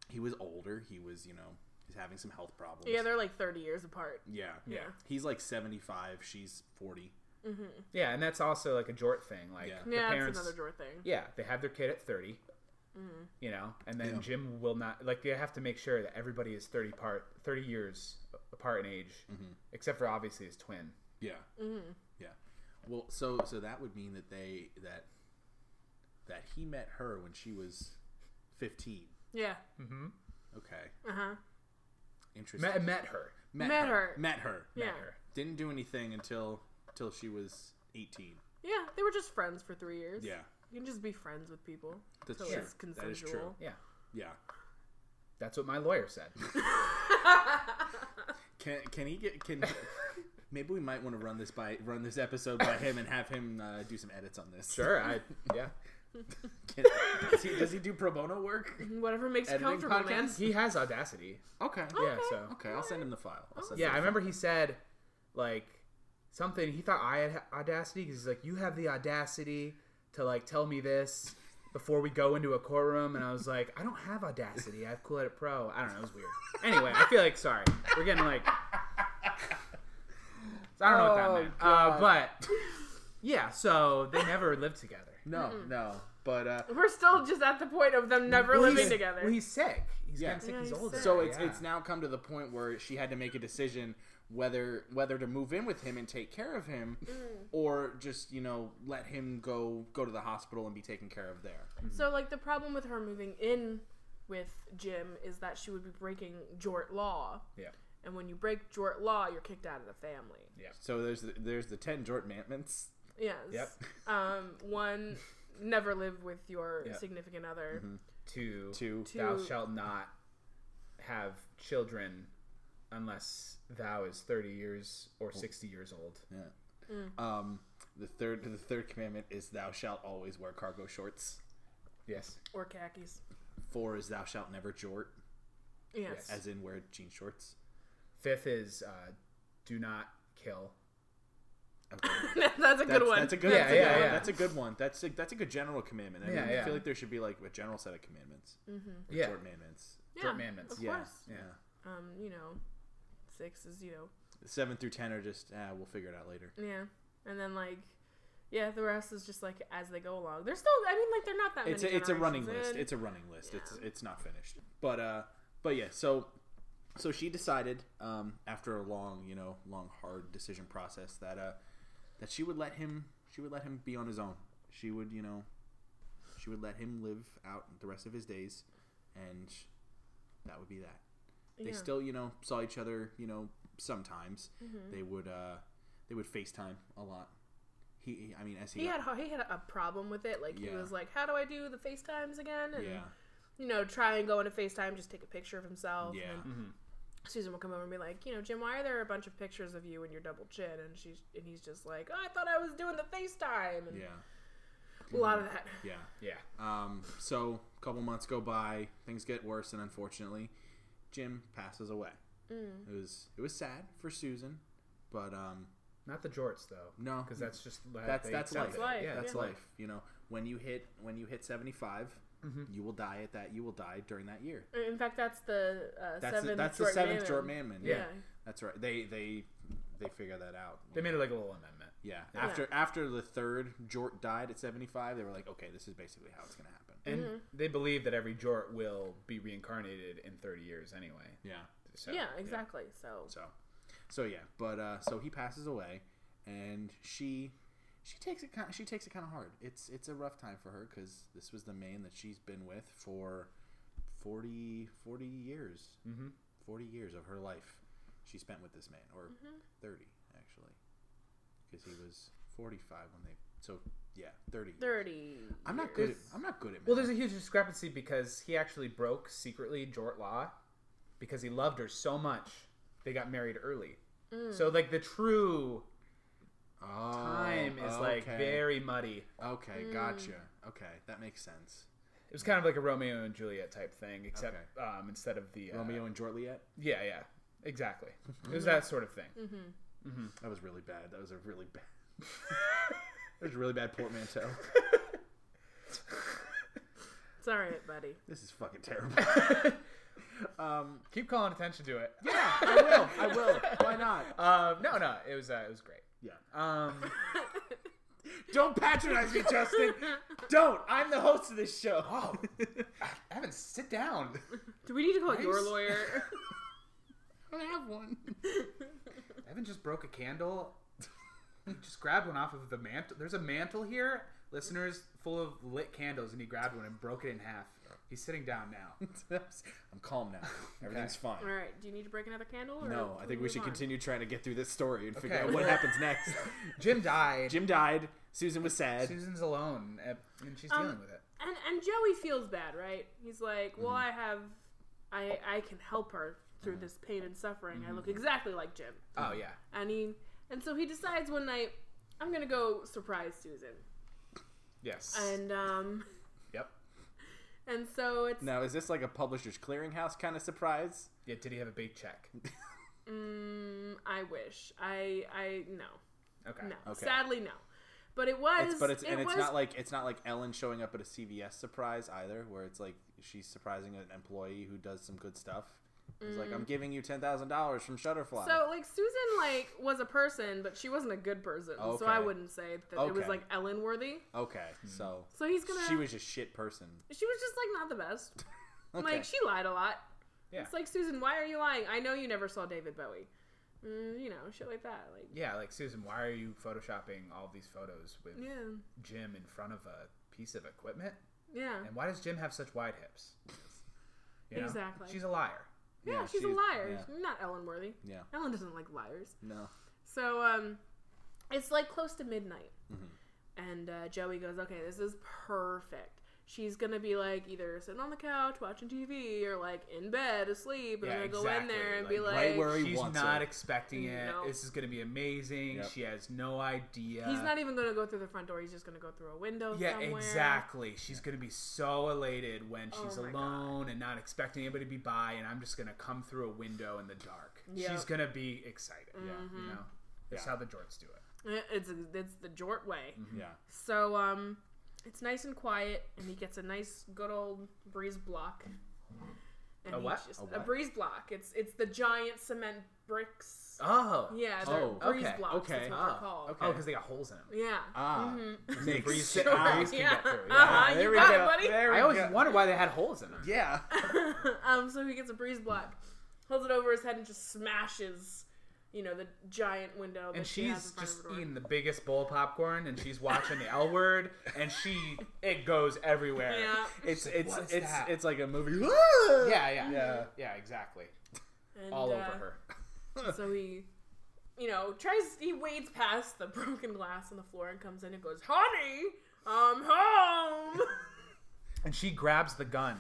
Speaker 1: He was older. He was you know he's having some health problems.
Speaker 2: Yeah, they're like 30 years apart.
Speaker 1: yeah,
Speaker 2: Yeah.
Speaker 1: He's like 75. She's 40.
Speaker 3: Yeah, and that's also like a Jort thing. Like
Speaker 1: Yeah.
Speaker 3: the
Speaker 2: yeah,
Speaker 3: parents,
Speaker 2: that's another door thing.
Speaker 3: yeah, they have their kid at 30
Speaker 2: Mm-hmm.
Speaker 3: you know, and then
Speaker 1: Yeah.
Speaker 3: Jim will not like they have to make sure that everybody is thirty part thirty years apart in age,
Speaker 1: Mm-hmm.
Speaker 3: except for obviously his twin.
Speaker 1: Yeah.
Speaker 2: Mm-hmm.
Speaker 1: Yeah. Well, so so that would mean that they that that he met her when she was 15.
Speaker 2: Yeah.
Speaker 1: Okay.
Speaker 2: Uh huh.
Speaker 1: Interesting.
Speaker 3: Met, met her.
Speaker 2: Met her.
Speaker 1: Met her.
Speaker 2: Yeah.
Speaker 3: Met her.
Speaker 1: Didn't do anything until until she was 18.
Speaker 2: Yeah, they were just friends for three years.
Speaker 1: Yeah.
Speaker 2: You can just be friends with people.
Speaker 1: That's
Speaker 2: So
Speaker 1: true.
Speaker 2: it's
Speaker 1: That is true.
Speaker 2: consensual.
Speaker 3: Yeah,
Speaker 1: Yeah.
Speaker 3: that's what my lawyer said.
Speaker 1: Can can he get can Maybe we might want to run this by run this episode by him and have him uh, do some edits on this.
Speaker 3: sure, I yeah.
Speaker 1: Can, does, he, does he do pro bono work?
Speaker 2: Whatever makes you
Speaker 1: Editing
Speaker 2: comfortable, man.
Speaker 1: podcasts?
Speaker 3: He has audacity.
Speaker 1: Okay.
Speaker 3: Yeah,
Speaker 2: Okay.
Speaker 3: so
Speaker 1: Okay. I'll send him the file. I'll send
Speaker 3: yeah,
Speaker 1: him
Speaker 3: I
Speaker 1: the
Speaker 3: remember he said like something. He thought I had ha- audacity because he's like, "You have the audacity to like tell me this." Before we go into a courtroom, and I was like, I don't have audacity. I have Cool Edit Pro. I don't know. It was weird. Anyway, I feel like sorry. We're getting like, I don't know what that
Speaker 1: Oh,
Speaker 3: meant. Uh, but yeah, so they never lived together.
Speaker 1: No, no. But uh,
Speaker 2: We're still just at the point of them never
Speaker 3: Well,
Speaker 2: living
Speaker 3: he's-
Speaker 2: together.
Speaker 3: Well, he's sick. He's
Speaker 1: Yeah.
Speaker 3: getting sick.
Speaker 2: Yeah,
Speaker 3: he's
Speaker 2: he's
Speaker 3: older.
Speaker 2: sick.
Speaker 1: so it's
Speaker 3: Yeah.
Speaker 1: it's now come to the point where she had to make a decision whether whether to move in with him and take care of him or just you know let him go go to the hospital and be taken care of there
Speaker 2: So like the problem with her moving in with Jim is that she would be breaking Jort law,
Speaker 3: Yeah.
Speaker 2: and when you break Jort law, you're kicked out of the family.
Speaker 1: so there's the, there's the 10 jort mandments
Speaker 2: Yes.
Speaker 3: Yep.
Speaker 2: Um, one, never live with your
Speaker 3: Yeah.
Speaker 2: significant other.
Speaker 3: Two.
Speaker 1: to
Speaker 2: Two-
Speaker 3: Thou shalt not have children unless thou is thirty years or
Speaker 1: Oh.
Speaker 3: sixty years old.
Speaker 1: um the third the third commandment is thou shalt always wear cargo shorts
Speaker 3: Yes.
Speaker 2: Or khakis.
Speaker 1: four is thou shalt never jort
Speaker 2: Yes.
Speaker 1: as in wear jean shorts
Speaker 3: Fifth is uh, do not kill.
Speaker 1: okay.
Speaker 2: that's a
Speaker 1: That's,
Speaker 2: good one.
Speaker 1: that's a good,
Speaker 3: Yeah,
Speaker 1: that's, a
Speaker 3: yeah,
Speaker 1: good
Speaker 3: yeah.
Speaker 1: One. that's a good one. That's a that's a good general commandment. I, mean,
Speaker 3: Yeah,
Speaker 1: I
Speaker 3: yeah.
Speaker 1: feel like there should be like a general set of commandments.
Speaker 3: Yeah.
Speaker 1: Jort mandments.
Speaker 2: yeah,
Speaker 3: Jort Mandments.
Speaker 2: Of
Speaker 1: Yeah.
Speaker 2: course.
Speaker 1: Yeah.
Speaker 2: Um, you know, six is, you know,
Speaker 1: Seven through ten are just ah, we'll figure it out later.
Speaker 2: yeah. And then, like, yeah, the rest is just, like, as they go along. They're still, I mean, like, they're not that
Speaker 1: it's
Speaker 2: many.
Speaker 1: a, it's a running
Speaker 2: generations
Speaker 1: list.
Speaker 2: in.
Speaker 1: It's a running list. It's
Speaker 2: Yeah.
Speaker 1: it's not finished. But uh but yeah, so so she decided um after a long, you know, long hard decision process that uh that she would let him she would let him be on his own. She would, you know, she would let him live out the rest of his days and that would be that. They
Speaker 2: Yeah.
Speaker 1: still, you know, saw each other, you know, sometimes.
Speaker 2: Mm-hmm.
Speaker 1: They would uh they would FaceTime a lot. He I mean as he,
Speaker 2: He had, he had a problem with it. Like, he
Speaker 1: Yeah.
Speaker 2: was like, how do I do the FaceTimes again? And,
Speaker 1: yeah.
Speaker 2: you know, try and go into FaceTime, just take a picture of himself.
Speaker 1: Yeah.
Speaker 2: And Susan will come over and be like, you know, Jim, why are there a bunch of pictures of you and your double chin? And she's and he's just like, oh, I thought I was doing the FaceTime, and
Speaker 1: Yeah.
Speaker 2: a lot of that.
Speaker 1: Yeah.
Speaker 3: Yeah.
Speaker 1: Um, so a couple months go by, things get worse, and unfortunately, Jim passes away. It was it was sad for Susan, but um,
Speaker 3: Not the jorts though.
Speaker 1: No.
Speaker 3: Because that's just
Speaker 1: that's that's life.
Speaker 2: That's life,
Speaker 3: Yeah.
Speaker 1: that's
Speaker 2: yeah.
Speaker 1: life. You know, when you hit when you hit seventy
Speaker 3: Mm-hmm.
Speaker 1: you will die at that. You will die during that year.
Speaker 2: In fact, that's the uh,
Speaker 1: That's the,
Speaker 2: seventh.
Speaker 1: that's the
Speaker 2: Jordan
Speaker 1: seventh Jordan
Speaker 2: Mammon.
Speaker 1: Manman.
Speaker 2: Yeah.
Speaker 1: Yeah. that's right. They they they figure that out.
Speaker 3: They made it like a little amendment.
Speaker 1: yeah, after after the third Jort died at seventy five, they were like, okay, this is basically how it's gonna happen.
Speaker 3: And they believe that every jort will be reincarnated in 30 years anyway.
Speaker 1: Yeah.
Speaker 3: So,
Speaker 2: yeah, exactly. So
Speaker 1: So, so yeah, but uh, so he passes away, and she she takes it kind she takes it kind of hard. It's it's a rough time for her because this was the man that she's been with for 40, 40 years, mm-hmm. forty years of her life she spent with this man, or thirty actually, because he was forty five when they so yeah thirty.
Speaker 2: thirty.
Speaker 1: I'm not good. At, I'm not good at
Speaker 3: Well,
Speaker 1: math.
Speaker 3: there's a huge discrepancy because he actually broke secretly jort law because he loved her so much. They got married early. So like the true
Speaker 1: Oh,
Speaker 3: time is like
Speaker 1: okay.
Speaker 3: very muddy.
Speaker 1: okay. Gotcha. Okay, that makes sense.
Speaker 3: It was kind of like a Romeo and Juliet type thing, except
Speaker 1: Okay.
Speaker 3: um, instead of the uh,
Speaker 1: Romeo and Juliet.
Speaker 3: Yeah, yeah, exactly. It was that sort of thing.
Speaker 1: That was really bad. That was a really bad. that was a really bad portmanteau.
Speaker 2: It's all right, buddy.
Speaker 1: This is fucking terrible.
Speaker 3: Keep calling attention to it.
Speaker 1: Um, Yeah, I will. I will. Why not?
Speaker 3: Um, no, no, it was uh, it was great.
Speaker 1: Uh, Yeah.
Speaker 3: Um,
Speaker 1: Don't patronize me, Justin. Don't. I'm the host of this show.
Speaker 3: oh, Evan, sit down.
Speaker 2: Do we need to call your
Speaker 3: Nice.
Speaker 2: lawyer?
Speaker 1: I don't have one.
Speaker 3: Evan just broke a candle. He just grabbed one off of the mantle. There's a mantle here, listeners, full of lit candles, and he grabbed one and broke it in half. He's sitting down now.
Speaker 1: I'm calm now. Everything's fine.
Speaker 2: all right. Do you need to break another candle? Or
Speaker 1: No,
Speaker 2: can
Speaker 1: I think we
Speaker 2: move
Speaker 1: should
Speaker 2: on?
Speaker 1: continue trying to get through this story and figure
Speaker 3: Okay.
Speaker 1: out what happens next.
Speaker 3: Jim died.
Speaker 1: Jim died. Susan was sad.
Speaker 3: Susan's alone, uh, and she's
Speaker 2: Um,
Speaker 3: dealing with it.
Speaker 2: And and Joey feels bad, right? He's like,
Speaker 1: Mm-hmm.
Speaker 2: well, I have, I I can help her through this pain and suffering. I
Speaker 1: Mm-hmm.
Speaker 2: look exactly like Jim.
Speaker 3: Oh yeah,
Speaker 2: and he and so he decides one night i'm gonna go surprise susan
Speaker 3: yes,
Speaker 2: and um
Speaker 3: yep.
Speaker 2: and so it's
Speaker 1: Now, is this like a publisher's clearinghouse kind of surprise?
Speaker 3: Yeah, did he have a big check?
Speaker 2: mm, i wish i i no
Speaker 3: Okay.
Speaker 2: no
Speaker 1: Okay.
Speaker 2: sadly no but it was
Speaker 1: It's, but it's
Speaker 2: it
Speaker 1: and it's
Speaker 2: was,
Speaker 1: not like it's not like Ellen showing up at a CVS surprise either, where it's like she's surprising an employee who does some good stuff. It's like I'm giving you ten thousand dollars from Shutterfly.
Speaker 2: Mm. so like susan like was a person but she wasn't a good person so i
Speaker 1: Okay.
Speaker 2: wouldn't say that it was
Speaker 1: Okay.
Speaker 2: like ellen worthy
Speaker 1: okay,
Speaker 3: Mm.
Speaker 1: so
Speaker 2: so he's gonna
Speaker 1: she was a shit person.
Speaker 2: she was just like not the best
Speaker 1: Okay.
Speaker 2: like she lied a lot
Speaker 3: Yeah.
Speaker 2: it's like susan why are you lying i know you never saw david bowie mm, you know, shit like that. Like,
Speaker 3: Yeah, like Susan, why are you photoshopping all these photos with
Speaker 2: yeah,
Speaker 3: Jim in front of a piece of equipment?
Speaker 2: yeah,
Speaker 3: And why does Jim have such wide hips? You know?
Speaker 2: Exactly.
Speaker 3: She's a liar.
Speaker 2: yeah.
Speaker 1: yeah,
Speaker 2: she's a
Speaker 1: she's-
Speaker 2: liar.
Speaker 1: yeah.
Speaker 2: She's Not Ellen worthy.
Speaker 1: Yeah.
Speaker 2: Ellen doesn't like liars.
Speaker 1: No.
Speaker 2: So um, it's like close to midnight,
Speaker 1: Mhm.
Speaker 3: Mm-hmm.
Speaker 2: and uh, Joey goes, "Okay, this is perfect." She's gonna be like either sitting on the couch watching TV or like in bed asleep, and
Speaker 3: Yeah,
Speaker 2: I'm gonna go in
Speaker 3: exactly.
Speaker 2: there and
Speaker 3: Like,
Speaker 2: be like,
Speaker 1: right where he
Speaker 3: She's
Speaker 1: wants
Speaker 3: not
Speaker 1: it.
Speaker 3: expecting it.
Speaker 2: No.
Speaker 3: This is going to be amazing.
Speaker 1: Yep.
Speaker 3: She has no idea.
Speaker 2: "He's not even gonna go through the front door. He's just gonna go through a window
Speaker 3: Yeah,
Speaker 2: somewhere."
Speaker 3: exactly. She's going to be so elated when she's
Speaker 2: Oh my God.
Speaker 3: alone and not expecting anybody to be by, and I'm just going to come through a window in the dark.
Speaker 2: Yep.
Speaker 3: She's going to be excited.
Speaker 1: Yeah.
Speaker 3: You know? That's
Speaker 1: Yeah.
Speaker 3: how the Jorts do it.
Speaker 2: Mm-hmm. It- It's it's the Jort way.
Speaker 3: Mm-hmm.
Speaker 1: Yeah.
Speaker 2: So um, it's nice and quiet, and he gets a nice good old breeze block. And
Speaker 3: A
Speaker 2: he
Speaker 3: what?
Speaker 2: just-
Speaker 1: A
Speaker 2: a
Speaker 1: what?
Speaker 2: breeze block. It's it's the giant cement bricks.
Speaker 3: Oh.
Speaker 2: Yeah, they're
Speaker 1: Oh,
Speaker 2: breeze
Speaker 3: okay,
Speaker 2: blocks.
Speaker 1: okay. ah,
Speaker 2: That's what
Speaker 3: Oh,
Speaker 2: they're called.
Speaker 1: okay.
Speaker 3: Oh, because they got holes in them.
Speaker 2: Yeah. Mm-hmm.
Speaker 1: Ah.
Speaker 3: The
Speaker 1: Makes
Speaker 3: breeze,
Speaker 1: sense.
Speaker 3: the breeze can
Speaker 2: yeah.
Speaker 3: get through. Yeah.
Speaker 2: Uh-huh,
Speaker 1: There
Speaker 2: you
Speaker 1: we
Speaker 2: got
Speaker 1: go.
Speaker 2: it, buddy.
Speaker 1: There we
Speaker 3: I always
Speaker 1: go.
Speaker 3: wonder why they had holes in them.
Speaker 1: Yeah.
Speaker 2: um, so he gets a breeze block, holds it over his head, and just smashes, you know, the giant window. That
Speaker 3: And
Speaker 2: she has
Speaker 3: she's
Speaker 2: in front
Speaker 3: just
Speaker 2: of her door.
Speaker 3: eating the biggest bowl of popcorn, and she's watching the L Word, and she it goes everywhere.
Speaker 2: Yeah.
Speaker 1: It's
Speaker 3: like,
Speaker 1: it's
Speaker 3: "What's
Speaker 1: it's
Speaker 3: that?"
Speaker 1: it's like a movie.
Speaker 3: yeah, yeah,
Speaker 1: Yeah.
Speaker 3: yeah, exactly.
Speaker 2: And,
Speaker 3: All
Speaker 2: uh,
Speaker 3: over her.
Speaker 2: So he, you know, tries. He wades past the broken glass on the floor and comes in and goes, "Honey, I'm home."
Speaker 3: And she grabs the gun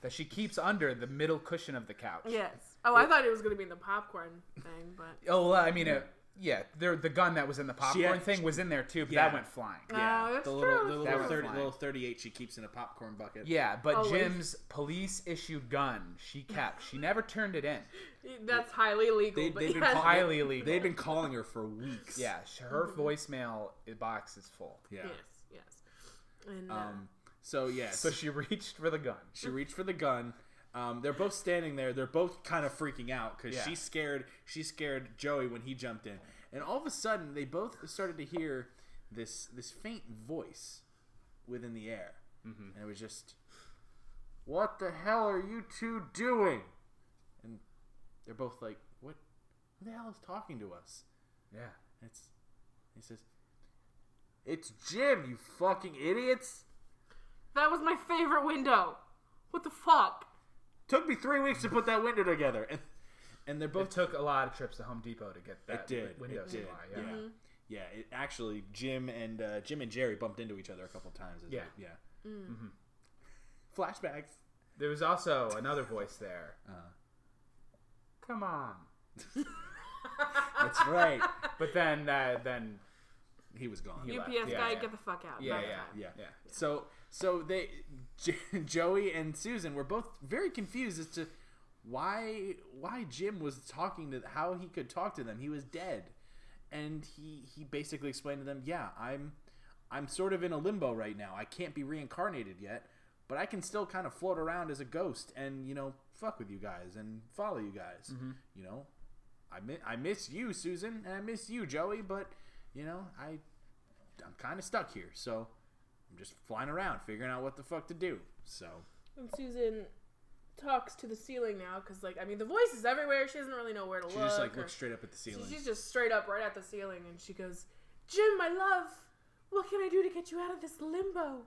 Speaker 3: that she keeps under the middle cushion of the couch.
Speaker 2: yes. Oh, I thought it was gonna be in the popcorn thing, but
Speaker 3: Oh, well, I mean, uh, yeah, there- the gun that was in the popcorn
Speaker 1: had-
Speaker 3: thing was in there too, but
Speaker 1: Yeah.
Speaker 3: that went flying.
Speaker 2: Oh, that's
Speaker 1: the
Speaker 2: true,
Speaker 1: little the little,
Speaker 2: that's
Speaker 3: true.
Speaker 1: 30,
Speaker 3: Fine.
Speaker 1: little 38 she keeps in a popcorn bucket.
Speaker 3: Yeah, but
Speaker 2: Always.
Speaker 3: Jim's police issued gun she kept. She never turned it in.
Speaker 2: that's highly illegal.
Speaker 1: They-
Speaker 2: but
Speaker 1: they've been
Speaker 2: yes.
Speaker 1: caught-
Speaker 3: Highly illegal.
Speaker 1: They've been calling her for weeks.
Speaker 3: Yeah, sh- her voicemail box is full.
Speaker 1: Yeah.
Speaker 2: Yes. Yes. And uh,
Speaker 1: Um so yeah,
Speaker 3: So
Speaker 1: so she,
Speaker 3: she reached for the gun.
Speaker 1: she reached for the gun. Um, they're both standing there. They're both kind of freaking out because
Speaker 3: Yeah.
Speaker 1: she's scared. She scared Joey when he jumped in, and all of a sudden they both started to hear this this faint voice within the air, mm-hmm. and it was just, "What the hell are you two doing?" And they're both like, "What? Who the hell is talking to us?"
Speaker 3: Yeah.
Speaker 1: And it's he says, "It's Jim, you fucking idiots."
Speaker 2: That was my favorite window. What the fuck?
Speaker 1: Took me three weeks to put that window together, and and they're
Speaker 3: It
Speaker 1: both.
Speaker 3: took a lot of trips to Home Depot to get that
Speaker 1: it did.
Speaker 3: window
Speaker 1: it did.
Speaker 3: supply.
Speaker 1: Yeah.
Speaker 3: Yeah.
Speaker 1: Yeah. It actually, Jim and uh, Jim and Jerry bumped into each other a couple times. as
Speaker 3: Yeah.
Speaker 1: they- yeah. Mm-hmm. Flashbacks.
Speaker 3: There was also another voice there.
Speaker 1: Uh-huh.
Speaker 3: Come on.
Speaker 1: That's right.
Speaker 3: But then, uh, then
Speaker 1: he was gone.
Speaker 3: He left.
Speaker 2: UPS
Speaker 3: Yeah,
Speaker 2: guy,
Speaker 3: yeah.
Speaker 2: get the fuck out.
Speaker 3: yeah,
Speaker 2: Bye.
Speaker 3: yeah,
Speaker 1: yeah. So so they J- Joey and Susan were both very confused as to why why Jim was talking to how he could talk to them. He was dead. And he he basically explained to them, "Yeah, I'm I'm sort of in a limbo right now. I can't be reincarnated yet, but I can still kind of float around as a ghost and, you know, fuck with you guys and follow you guys. You know, I mi- I miss you, Susan, and I miss you, Joey, but you know, I I'm kind of stuck here. So, I'm just flying around, figuring out what the fuck to do. So,
Speaker 2: And Susan talks to the ceiling now because, like, I mean, the voice is everywhere. She doesn't really know where to
Speaker 1: she
Speaker 2: look.
Speaker 1: just like
Speaker 2: or-
Speaker 1: looks straight up at the ceiling.
Speaker 2: she's just straight up right at the ceiling, and she goes, "Jim, my love, what can I do to get you out of this limbo?"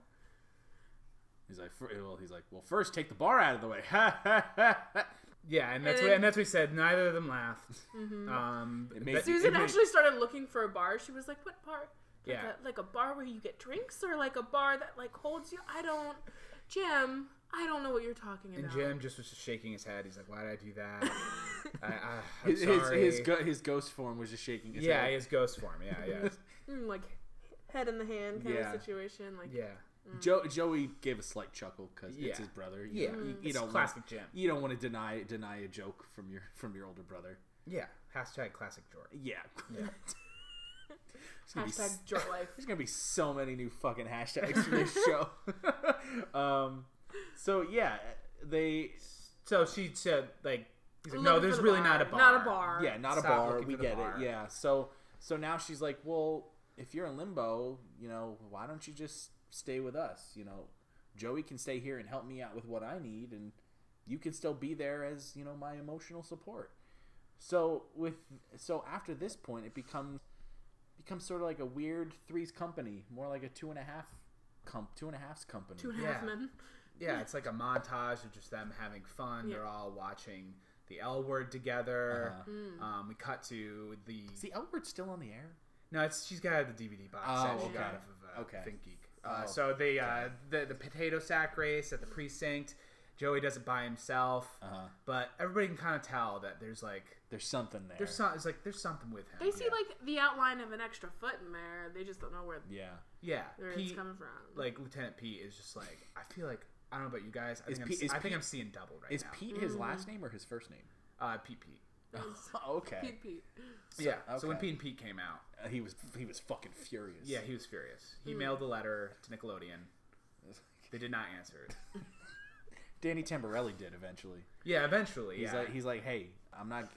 Speaker 1: He's like, "Fir- well, he's like, well, first take the bar out of the way. Ha, ha, ha, ha.
Speaker 3: yeah, and that's
Speaker 2: And then-
Speaker 3: what,
Speaker 2: Mm-hmm.
Speaker 3: and that's what we said. Neither of them laughed. Um,
Speaker 1: It made-
Speaker 3: but-
Speaker 2: Susan
Speaker 1: it made-
Speaker 2: actually started looking for a bar. She was like, "What bar? Like,
Speaker 3: Yeah.
Speaker 2: a, like a bar where you get drinks, or like a bar that like holds you?" I don't, Jim. I don't know what you're talking
Speaker 3: and
Speaker 2: about.
Speaker 3: Jim just was just shaking his head. He's like, "Why did I do that? I, I, I'm
Speaker 1: his, his,
Speaker 3: sorry."
Speaker 1: his, go- his ghost form was just shaking his
Speaker 3: yeah,
Speaker 1: head.
Speaker 3: his ghost form. Yeah, yeah,
Speaker 2: Mm, like head in the hand kind
Speaker 1: Yeah.
Speaker 2: of situation. Like
Speaker 3: yeah.
Speaker 1: Jo- Joey gave a slight chuckle because
Speaker 3: Yeah.
Speaker 1: it's his brother. You
Speaker 3: Yeah,
Speaker 2: Mm.
Speaker 1: know, you, you
Speaker 3: it's
Speaker 1: don't want,
Speaker 3: classic Jim.
Speaker 1: you don't want to deny deny a joke from your from your older brother.
Speaker 3: Yeah, hashtag classic Jordan.
Speaker 1: Yeah.
Speaker 3: Yeah.
Speaker 1: It's gonna be
Speaker 2: hashtag
Speaker 1: s-
Speaker 2: jerk life.
Speaker 1: There's gonna be so many new fucking hashtags for this show. um, so yeah, they
Speaker 3: So she said, like, he's like,
Speaker 2: Looking
Speaker 3: "No,
Speaker 2: for
Speaker 3: there's
Speaker 2: the
Speaker 3: really not a bar.
Speaker 2: Not a bar.
Speaker 1: Yeah, not a
Speaker 3: Stop
Speaker 1: bar.
Speaker 3: looking
Speaker 1: We
Speaker 3: for the
Speaker 1: get
Speaker 3: bar.
Speaker 1: it. Yeah. So so now she's like, well, if you're in limbo, you know, why don't you just stay with us? You know, Joey can stay here and help me out with what I need, and you can still be there as you know my emotional support. So with so after this point, it becomes becomes sort of like a weird threes company, more like a two and a half comp two and a halfs company.
Speaker 2: Two and a half
Speaker 3: Yeah.
Speaker 2: men.
Speaker 3: Yeah, it's like a montage of just them having fun.
Speaker 2: Yeah.
Speaker 3: They're all watching the L Word together.
Speaker 1: Uh-huh.
Speaker 2: Mm.
Speaker 3: Um, we cut to the
Speaker 1: Is the L word still on the air?
Speaker 3: no, it's she's got the DVD box
Speaker 1: Oh,
Speaker 3: that she
Speaker 2: okay.
Speaker 3: got of uh,
Speaker 1: Okay.
Speaker 3: Think Geek. Uh,
Speaker 1: Oh,
Speaker 3: so the, uh, the the potato sack race at the precinct. Joey does it by himself,
Speaker 1: Uh-huh.
Speaker 3: but everybody can kind of tell that there's like
Speaker 1: There's something there.
Speaker 3: there's some it's like there's something with him.
Speaker 2: They see
Speaker 1: Yeah.
Speaker 2: like the outline of an extra foot in there. They just don't know where,
Speaker 1: yeah.
Speaker 3: yeah,
Speaker 2: where it's
Speaker 3: Pete,
Speaker 2: coming from.
Speaker 3: like Lieutenant Pete is just like I feel like I don't know about you guys. I
Speaker 1: Is
Speaker 3: think,
Speaker 1: Pete-
Speaker 3: I'm,
Speaker 1: is
Speaker 3: I think
Speaker 1: Pete-
Speaker 3: I'm seeing double right
Speaker 1: Is
Speaker 3: now.
Speaker 1: Pete his
Speaker 2: Mhm.
Speaker 1: last name or his first name?
Speaker 3: uh, Pete Pete. oh,
Speaker 2: It's
Speaker 1: okay.
Speaker 2: Pete, Pete.
Speaker 3: yeah. So when
Speaker 1: okay.
Speaker 3: Pete and Pete came out,
Speaker 1: Uh, he was he was fucking furious.
Speaker 3: yeah, he was furious.
Speaker 2: Hmm.
Speaker 3: He mailed the letter to Nickelodeon. They did not answer it.
Speaker 1: Danny Tamborelli did eventually.
Speaker 3: Yeah, eventually.
Speaker 1: He's
Speaker 3: yeah.
Speaker 1: like he's like, hey, I'm not.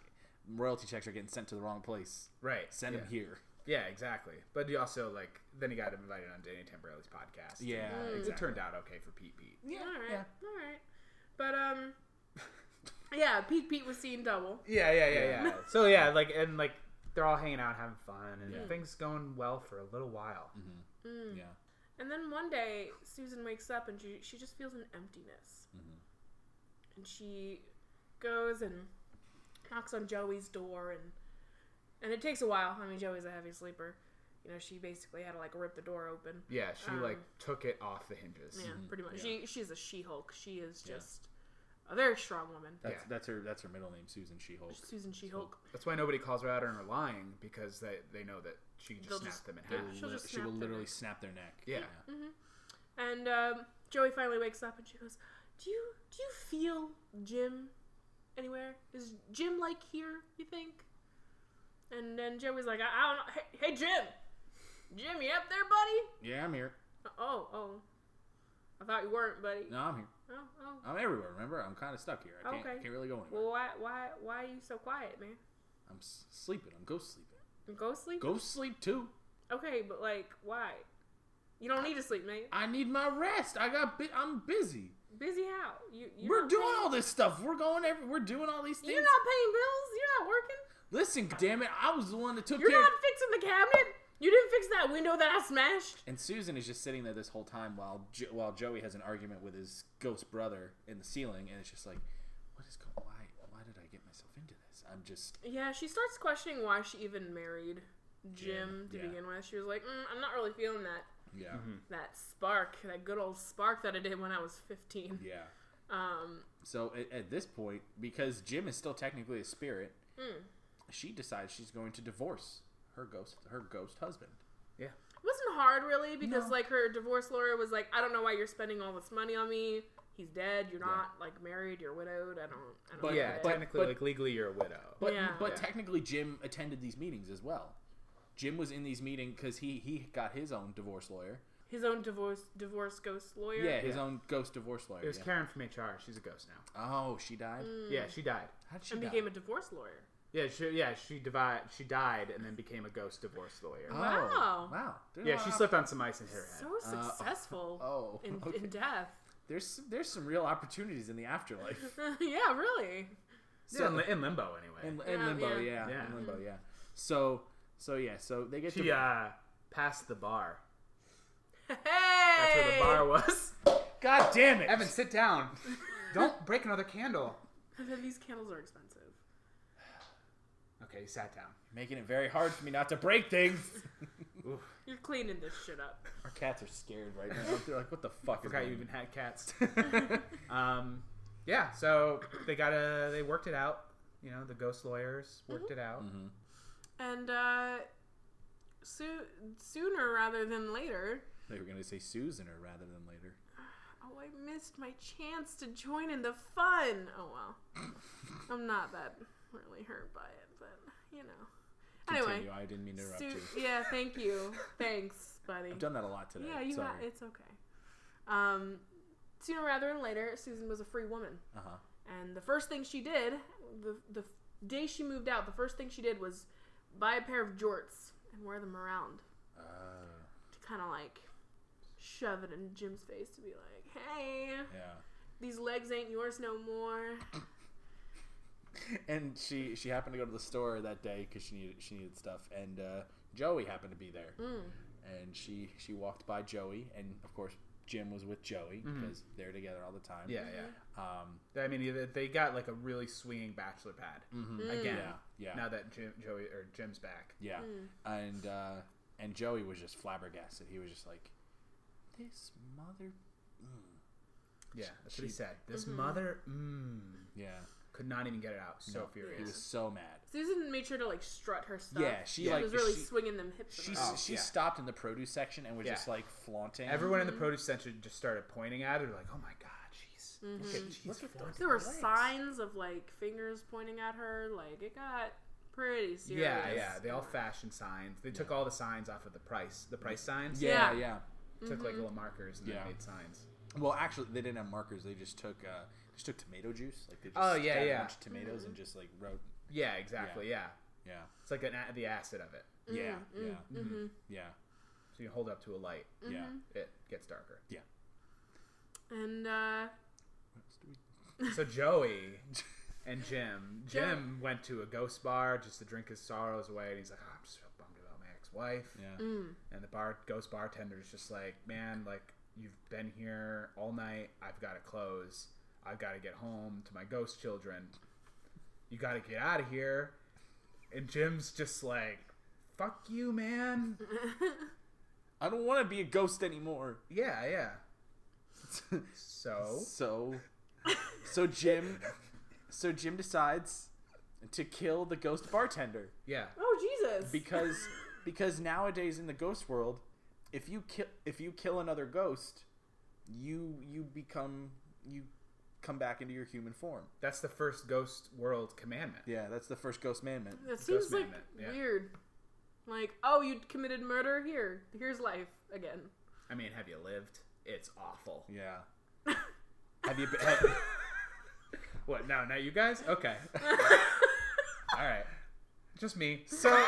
Speaker 1: Royalty checks are getting sent to the wrong place.
Speaker 3: right.
Speaker 1: Send
Speaker 3: yeah.
Speaker 1: them here.
Speaker 3: Yeah, exactly. But he also like then he got invited on Danny Tamborelli's podcast.
Speaker 1: Yeah,
Speaker 3: And
Speaker 1: Mm.
Speaker 2: Hmm.
Speaker 3: it turned out okay for Pete Pete.
Speaker 1: Yeah.
Speaker 2: all right, all right. But um, yeah, Pete Pete was seen double.
Speaker 3: Yeah, yeah,
Speaker 1: yeah,
Speaker 3: yeah. so yeah, like and like they're all hanging out having fun and
Speaker 1: Yeah.
Speaker 3: things going well for a little while.
Speaker 1: Mm-hmm.
Speaker 2: Mm.
Speaker 1: Yeah.
Speaker 2: And then one day, Susan wakes up and she she just feels an emptiness,
Speaker 1: Mhm.
Speaker 2: and she goes and knocks on Joey's door, and and it takes a while. I mean, Joey's a heavy sleeper. You know, she basically had to like rip the door open.
Speaker 3: Yeah, she
Speaker 2: Um,
Speaker 3: like took it off the hinges.
Speaker 2: Yeah, pretty much.
Speaker 1: Mm-hmm. yeah.
Speaker 2: She she's a She-Hulk. She is
Speaker 1: Yeah.
Speaker 2: just a very strong woman.
Speaker 1: That's
Speaker 3: Yeah.
Speaker 1: that's her that's her middle name, Susan She-Hulk.
Speaker 2: Susan She-Hulk.
Speaker 3: That's why nobody calls her out on her lying because they they know that she can just
Speaker 2: They'll
Speaker 3: snap
Speaker 2: just-
Speaker 3: them in
Speaker 1: They
Speaker 2: Yeah,
Speaker 3: half.
Speaker 1: will
Speaker 2: she'll
Speaker 1: lit-
Speaker 2: just
Speaker 1: she will
Speaker 2: snap their
Speaker 1: literally
Speaker 2: neck.
Speaker 1: snap their neck.
Speaker 3: Yeah.
Speaker 2: And um, Joey finally wakes up and she goes, "Do you do you feel Jim anywhere? Is Jim like here? You think?" And then Joey's like, "I, I don't know. Hey, hey, Jim, Jim, you up there, buddy?
Speaker 1: Yeah, I'm here.
Speaker 2: Oh, oh, I thought you weren't, buddy.
Speaker 1: No, I'm here.
Speaker 2: Oh, oh.
Speaker 1: I'm everywhere. Remember, I'm kind of stuck here. I can't,
Speaker 2: Okay.
Speaker 1: can't really go anywhere.
Speaker 2: Well, why, why, why are you so quiet, man?
Speaker 1: I'm s- sleeping. I'm ghost sleeping.
Speaker 2: Go sleep.
Speaker 1: Ghost sleep too.
Speaker 2: Okay, but like, why? You don't need to sleep, mate.
Speaker 1: I need my rest. I got. Bi- I'm busy.
Speaker 2: Busy how? You, you're
Speaker 1: we're
Speaker 2: not
Speaker 1: doing
Speaker 2: paying-
Speaker 1: all this stuff. We're going. Every- we're doing all these things.
Speaker 2: You're not paying bills. You're not working.
Speaker 1: Listen, damn it! I was the one that took
Speaker 2: You're
Speaker 1: care.
Speaker 2: not fixing the cabinet. You didn't fix that window that I smashed.
Speaker 1: and Susan is just sitting there this whole time while jo- while Joey has an argument with his ghost brother in the ceiling, and it's just like, what is going? Why? Why did I get myself into this? I'm just.
Speaker 2: Yeah, she starts questioning why she even married
Speaker 1: Jim,
Speaker 2: Jim to
Speaker 1: yeah.
Speaker 2: begin with. She was like, mm, I'm not really feeling that
Speaker 1: Yeah.
Speaker 2: that spark, that good old spark that I did when I was 15.
Speaker 1: Yeah.
Speaker 2: Um,
Speaker 1: So at, at this point, because Jim is still technically a spirit, she decides she's going to divorce her ghost her ghost husband.
Speaker 3: Yeah.
Speaker 2: it wasn't hard really because
Speaker 1: No.
Speaker 2: like her divorce lawyer was like, I don't know why you're spending all this money on me. He's dead. You're not like married. You're widowed. I don't. I don't
Speaker 1: But-
Speaker 2: get
Speaker 3: yeah,
Speaker 2: it."
Speaker 1: but-
Speaker 3: technically like legally you're a widow.
Speaker 1: But
Speaker 2: Yeah.
Speaker 1: but
Speaker 3: Yeah.
Speaker 1: technically, Jim attended these meetings as well. Jim was in these meetings because he he got his own divorce lawyer.
Speaker 2: his own divorce divorce ghost lawyer.
Speaker 1: Yeah, his
Speaker 3: Yeah.
Speaker 1: own ghost divorce lawyer.
Speaker 3: It was Mm.
Speaker 1: yeah.
Speaker 3: Karen from HR. She's a ghost now.
Speaker 1: oh, she died.
Speaker 3: Yeah, she died.
Speaker 1: How did she
Speaker 2: and
Speaker 1: die?
Speaker 2: became a divorce lawyer.
Speaker 3: Yeah, she yeah she divi- she died and then became a ghost divorce lawyer.
Speaker 1: oh,
Speaker 2: Wow.
Speaker 1: Wow. There's a
Speaker 3: yeah, she
Speaker 1: lot-
Speaker 3: slipped on some ice and hit her head.
Speaker 2: So
Speaker 1: Uh,
Speaker 2: successful
Speaker 1: Oh,
Speaker 2: in,
Speaker 1: okay.
Speaker 2: in death.
Speaker 1: there's some- there's some real opportunities in the afterlife.
Speaker 2: yeah, really.
Speaker 3: yeah, in, li- in limbo anyway.
Speaker 1: in, in
Speaker 2: Yeah,
Speaker 1: limbo,
Speaker 2: yeah.
Speaker 1: yeah,
Speaker 3: Yeah.
Speaker 1: in limbo, yeah. So so yeah, so they get
Speaker 3: she
Speaker 1: to
Speaker 3: uh, passed the bar.
Speaker 2: Hey!
Speaker 3: That's where the bar was.
Speaker 1: God damn it,
Speaker 3: Evan, sit down. Don't break another candle.
Speaker 2: These candles are expensive.
Speaker 3: Okay, he sat down.
Speaker 1: making it very hard for me not to break things.
Speaker 2: You're cleaning this shit up.
Speaker 1: Our cats are scared right now. They're like, what the fuck is
Speaker 3: Forgot
Speaker 1: going
Speaker 3: you
Speaker 1: on?
Speaker 3: even had cats. um, yeah, so they got a they worked it out. You know, the ghost lawyers worked it out.
Speaker 2: And uh, soo- sooner rather than later,
Speaker 1: They were going to say Susan or rather than later.
Speaker 2: oh, I missed my chance to join in the fun. Oh well, I'm not that really hurt by it, but you know.
Speaker 1: Continue.
Speaker 2: Anyway,
Speaker 1: I didn't mean to interrupt you.
Speaker 2: Su- yeah, thank you, thanks, buddy.
Speaker 1: I've done that a lot today.
Speaker 2: Yeah, you
Speaker 1: Sorry.
Speaker 2: got it's okay. Um, sooner rather than later, Susan was a free woman.
Speaker 1: Uh-huh.
Speaker 2: And the first thing she did, the, the day she moved out, the first thing she did was buy a pair of jorts and wear them around
Speaker 3: Uh,
Speaker 1: Oh,
Speaker 2: to kind of like shove it in Jim's face to be like, hey,
Speaker 1: yeah.
Speaker 2: these legs ain't yours no more.
Speaker 1: and she she happened to go to the store that day because she needed she needed stuff, and uh, Joey happened to be there,
Speaker 2: Mm,
Speaker 1: and she she walked by Joey, and of course Jim was with Joey because they're together all the time.
Speaker 3: Yeah,
Speaker 1: Um.
Speaker 3: yeah. I mean, they- they got like a really swinging bachelor pad
Speaker 2: Mm-hmm. mm,
Speaker 3: again.
Speaker 1: Yeah. Yeah.
Speaker 3: Now that Jim, Joey or Jim's back.
Speaker 1: Yeah.
Speaker 2: mm.
Speaker 1: And uh, and Joey was just flabbergasted. He was just like, "This mother."
Speaker 3: Yeah, that's what he
Speaker 1: She-
Speaker 3: said. This
Speaker 1: Mm-hmm.
Speaker 3: mother, mm,
Speaker 1: Yeah.
Speaker 3: could not even get it out. So
Speaker 1: No, He was
Speaker 3: furious.
Speaker 1: so mad.
Speaker 2: Susan made sure to like strut her stuff.
Speaker 1: Yeah, she,
Speaker 2: she
Speaker 1: like-
Speaker 2: was really
Speaker 1: she-
Speaker 2: swinging them hips.
Speaker 1: She
Speaker 2: around.
Speaker 3: Oh,
Speaker 1: she
Speaker 3: yeah.
Speaker 1: stopped in the produce section and was
Speaker 3: Yeah.
Speaker 1: just like flaunting.
Speaker 3: Everyone in the produce section just started pointing at her, like, "Oh my god, she's
Speaker 1: Mm-hmm.
Speaker 3: look at, she's
Speaker 1: Look at
Speaker 3: flaunting
Speaker 2: there were
Speaker 3: her legs."
Speaker 2: signs of like fingers pointing at her. Like it got pretty serious.
Speaker 3: Yeah, yeah. They all fashioned signs. They took all the signs off of the price, the price signs.
Speaker 1: Yeah, Mm-hmm.
Speaker 2: Yeah.
Speaker 1: yeah.
Speaker 3: Took like little markers and
Speaker 1: Yeah.
Speaker 3: then made signs.
Speaker 1: Well, actually, they didn't have markers. They just took uh, just took tomato juice. Like they just
Speaker 3: Oh, yeah,
Speaker 1: got
Speaker 3: yeah.
Speaker 1: a bunch of tomatoes
Speaker 2: Mm-hmm.
Speaker 1: and just like wrote.
Speaker 3: Yeah, exactly. Yeah,
Speaker 1: Yeah,
Speaker 3: it's like an, a- the acid of it.
Speaker 1: yeah, yeah,
Speaker 2: Mm-hmm.
Speaker 1: yeah,
Speaker 3: So you hold it up to a light,
Speaker 1: yeah.
Speaker 3: it gets darker.
Speaker 2: And uh,
Speaker 1: What else do we-
Speaker 3: So Joey and Jim, Jim went to a ghost bar just to drink his sorrows away, and he's like, oh, "I'm just so bummed about my ex-wife."
Speaker 1: Yeah,
Speaker 2: mm,
Speaker 3: And the bar ghost bartender is just like, "Man, like you've been here all night. I've got to close. I've got to get home to my ghost children. You got to get out of here." And Jim's just like, "Fuck you, man."
Speaker 1: I don't want to be a ghost anymore.
Speaker 3: yeah, yeah.
Speaker 2: Oh.
Speaker 3: So
Speaker 1: so, so Jim, so Jim decides to kill the ghost bartender
Speaker 3: yeah,
Speaker 2: oh Jesus.
Speaker 1: because because nowadays in the ghost world, if you kill if you kill another ghost, you you become you come back into your human form.
Speaker 3: that's the first ghost world commandment.
Speaker 1: Yeah, that's the first ghost mandate.
Speaker 2: That seems like
Speaker 3: Amendment, yeah.
Speaker 2: weird. Like, oh, you committed murder here. Here's life again.
Speaker 3: I mean, have you lived? It's awful.
Speaker 1: Yeah. Have you? Been, have,
Speaker 3: What? No, not you guys. Okay. All right. Just me.
Speaker 1: so,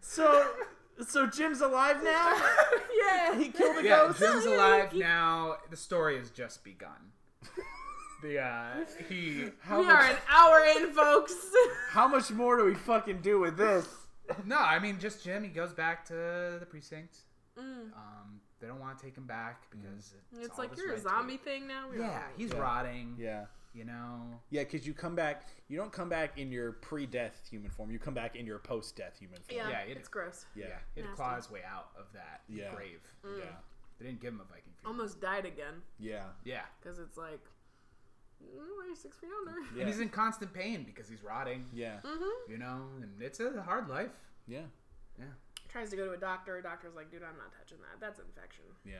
Speaker 1: so, so Jim's alive now.
Speaker 2: yeah.
Speaker 1: He killed a
Speaker 3: Yeah,
Speaker 1: ghost.
Speaker 3: Jim's alive now. The story has just begun. The uh, he
Speaker 1: How
Speaker 2: we are
Speaker 1: much,
Speaker 2: an hour in, folks.
Speaker 1: how much more do we fucking do with this?
Speaker 3: no, I mean just Jim. He goes back to the precinct.
Speaker 2: Mm.
Speaker 3: Um, they don't want to take him back because it's,
Speaker 2: It's
Speaker 3: all
Speaker 2: like
Speaker 3: this
Speaker 2: you're a
Speaker 3: red tape.
Speaker 2: zombie thing now. We're
Speaker 3: Yeah,
Speaker 2: like,
Speaker 3: he's
Speaker 1: Yeah.
Speaker 3: rotting.
Speaker 1: Yeah,
Speaker 3: You know.
Speaker 1: yeah, because you come back. You don't come back in your pre-death human form. You come back in your post-death human form.
Speaker 2: yeah,
Speaker 3: Yeah, it-
Speaker 2: it's gross.
Speaker 1: Yeah.
Speaker 3: he had to
Speaker 2: Nasty.
Speaker 3: claw his way out of that
Speaker 1: Yeah.
Speaker 3: grave.
Speaker 1: Yeah.
Speaker 3: They didn't give him a Viking funeral.
Speaker 2: Almost died again
Speaker 1: Yeah.
Speaker 3: Yeah,
Speaker 2: because it's like, mm, you're six feet under.
Speaker 1: Yeah.
Speaker 3: and he's in constant pain because he's rotting.
Speaker 1: Yeah.
Speaker 2: Mm-hmm.
Speaker 3: You know, and it's a hard life.
Speaker 1: Yeah.
Speaker 3: Yeah,
Speaker 2: Tries to go to a doctor. Doctor's like, dude, I'm not touching that. That's infection.
Speaker 1: Yeah.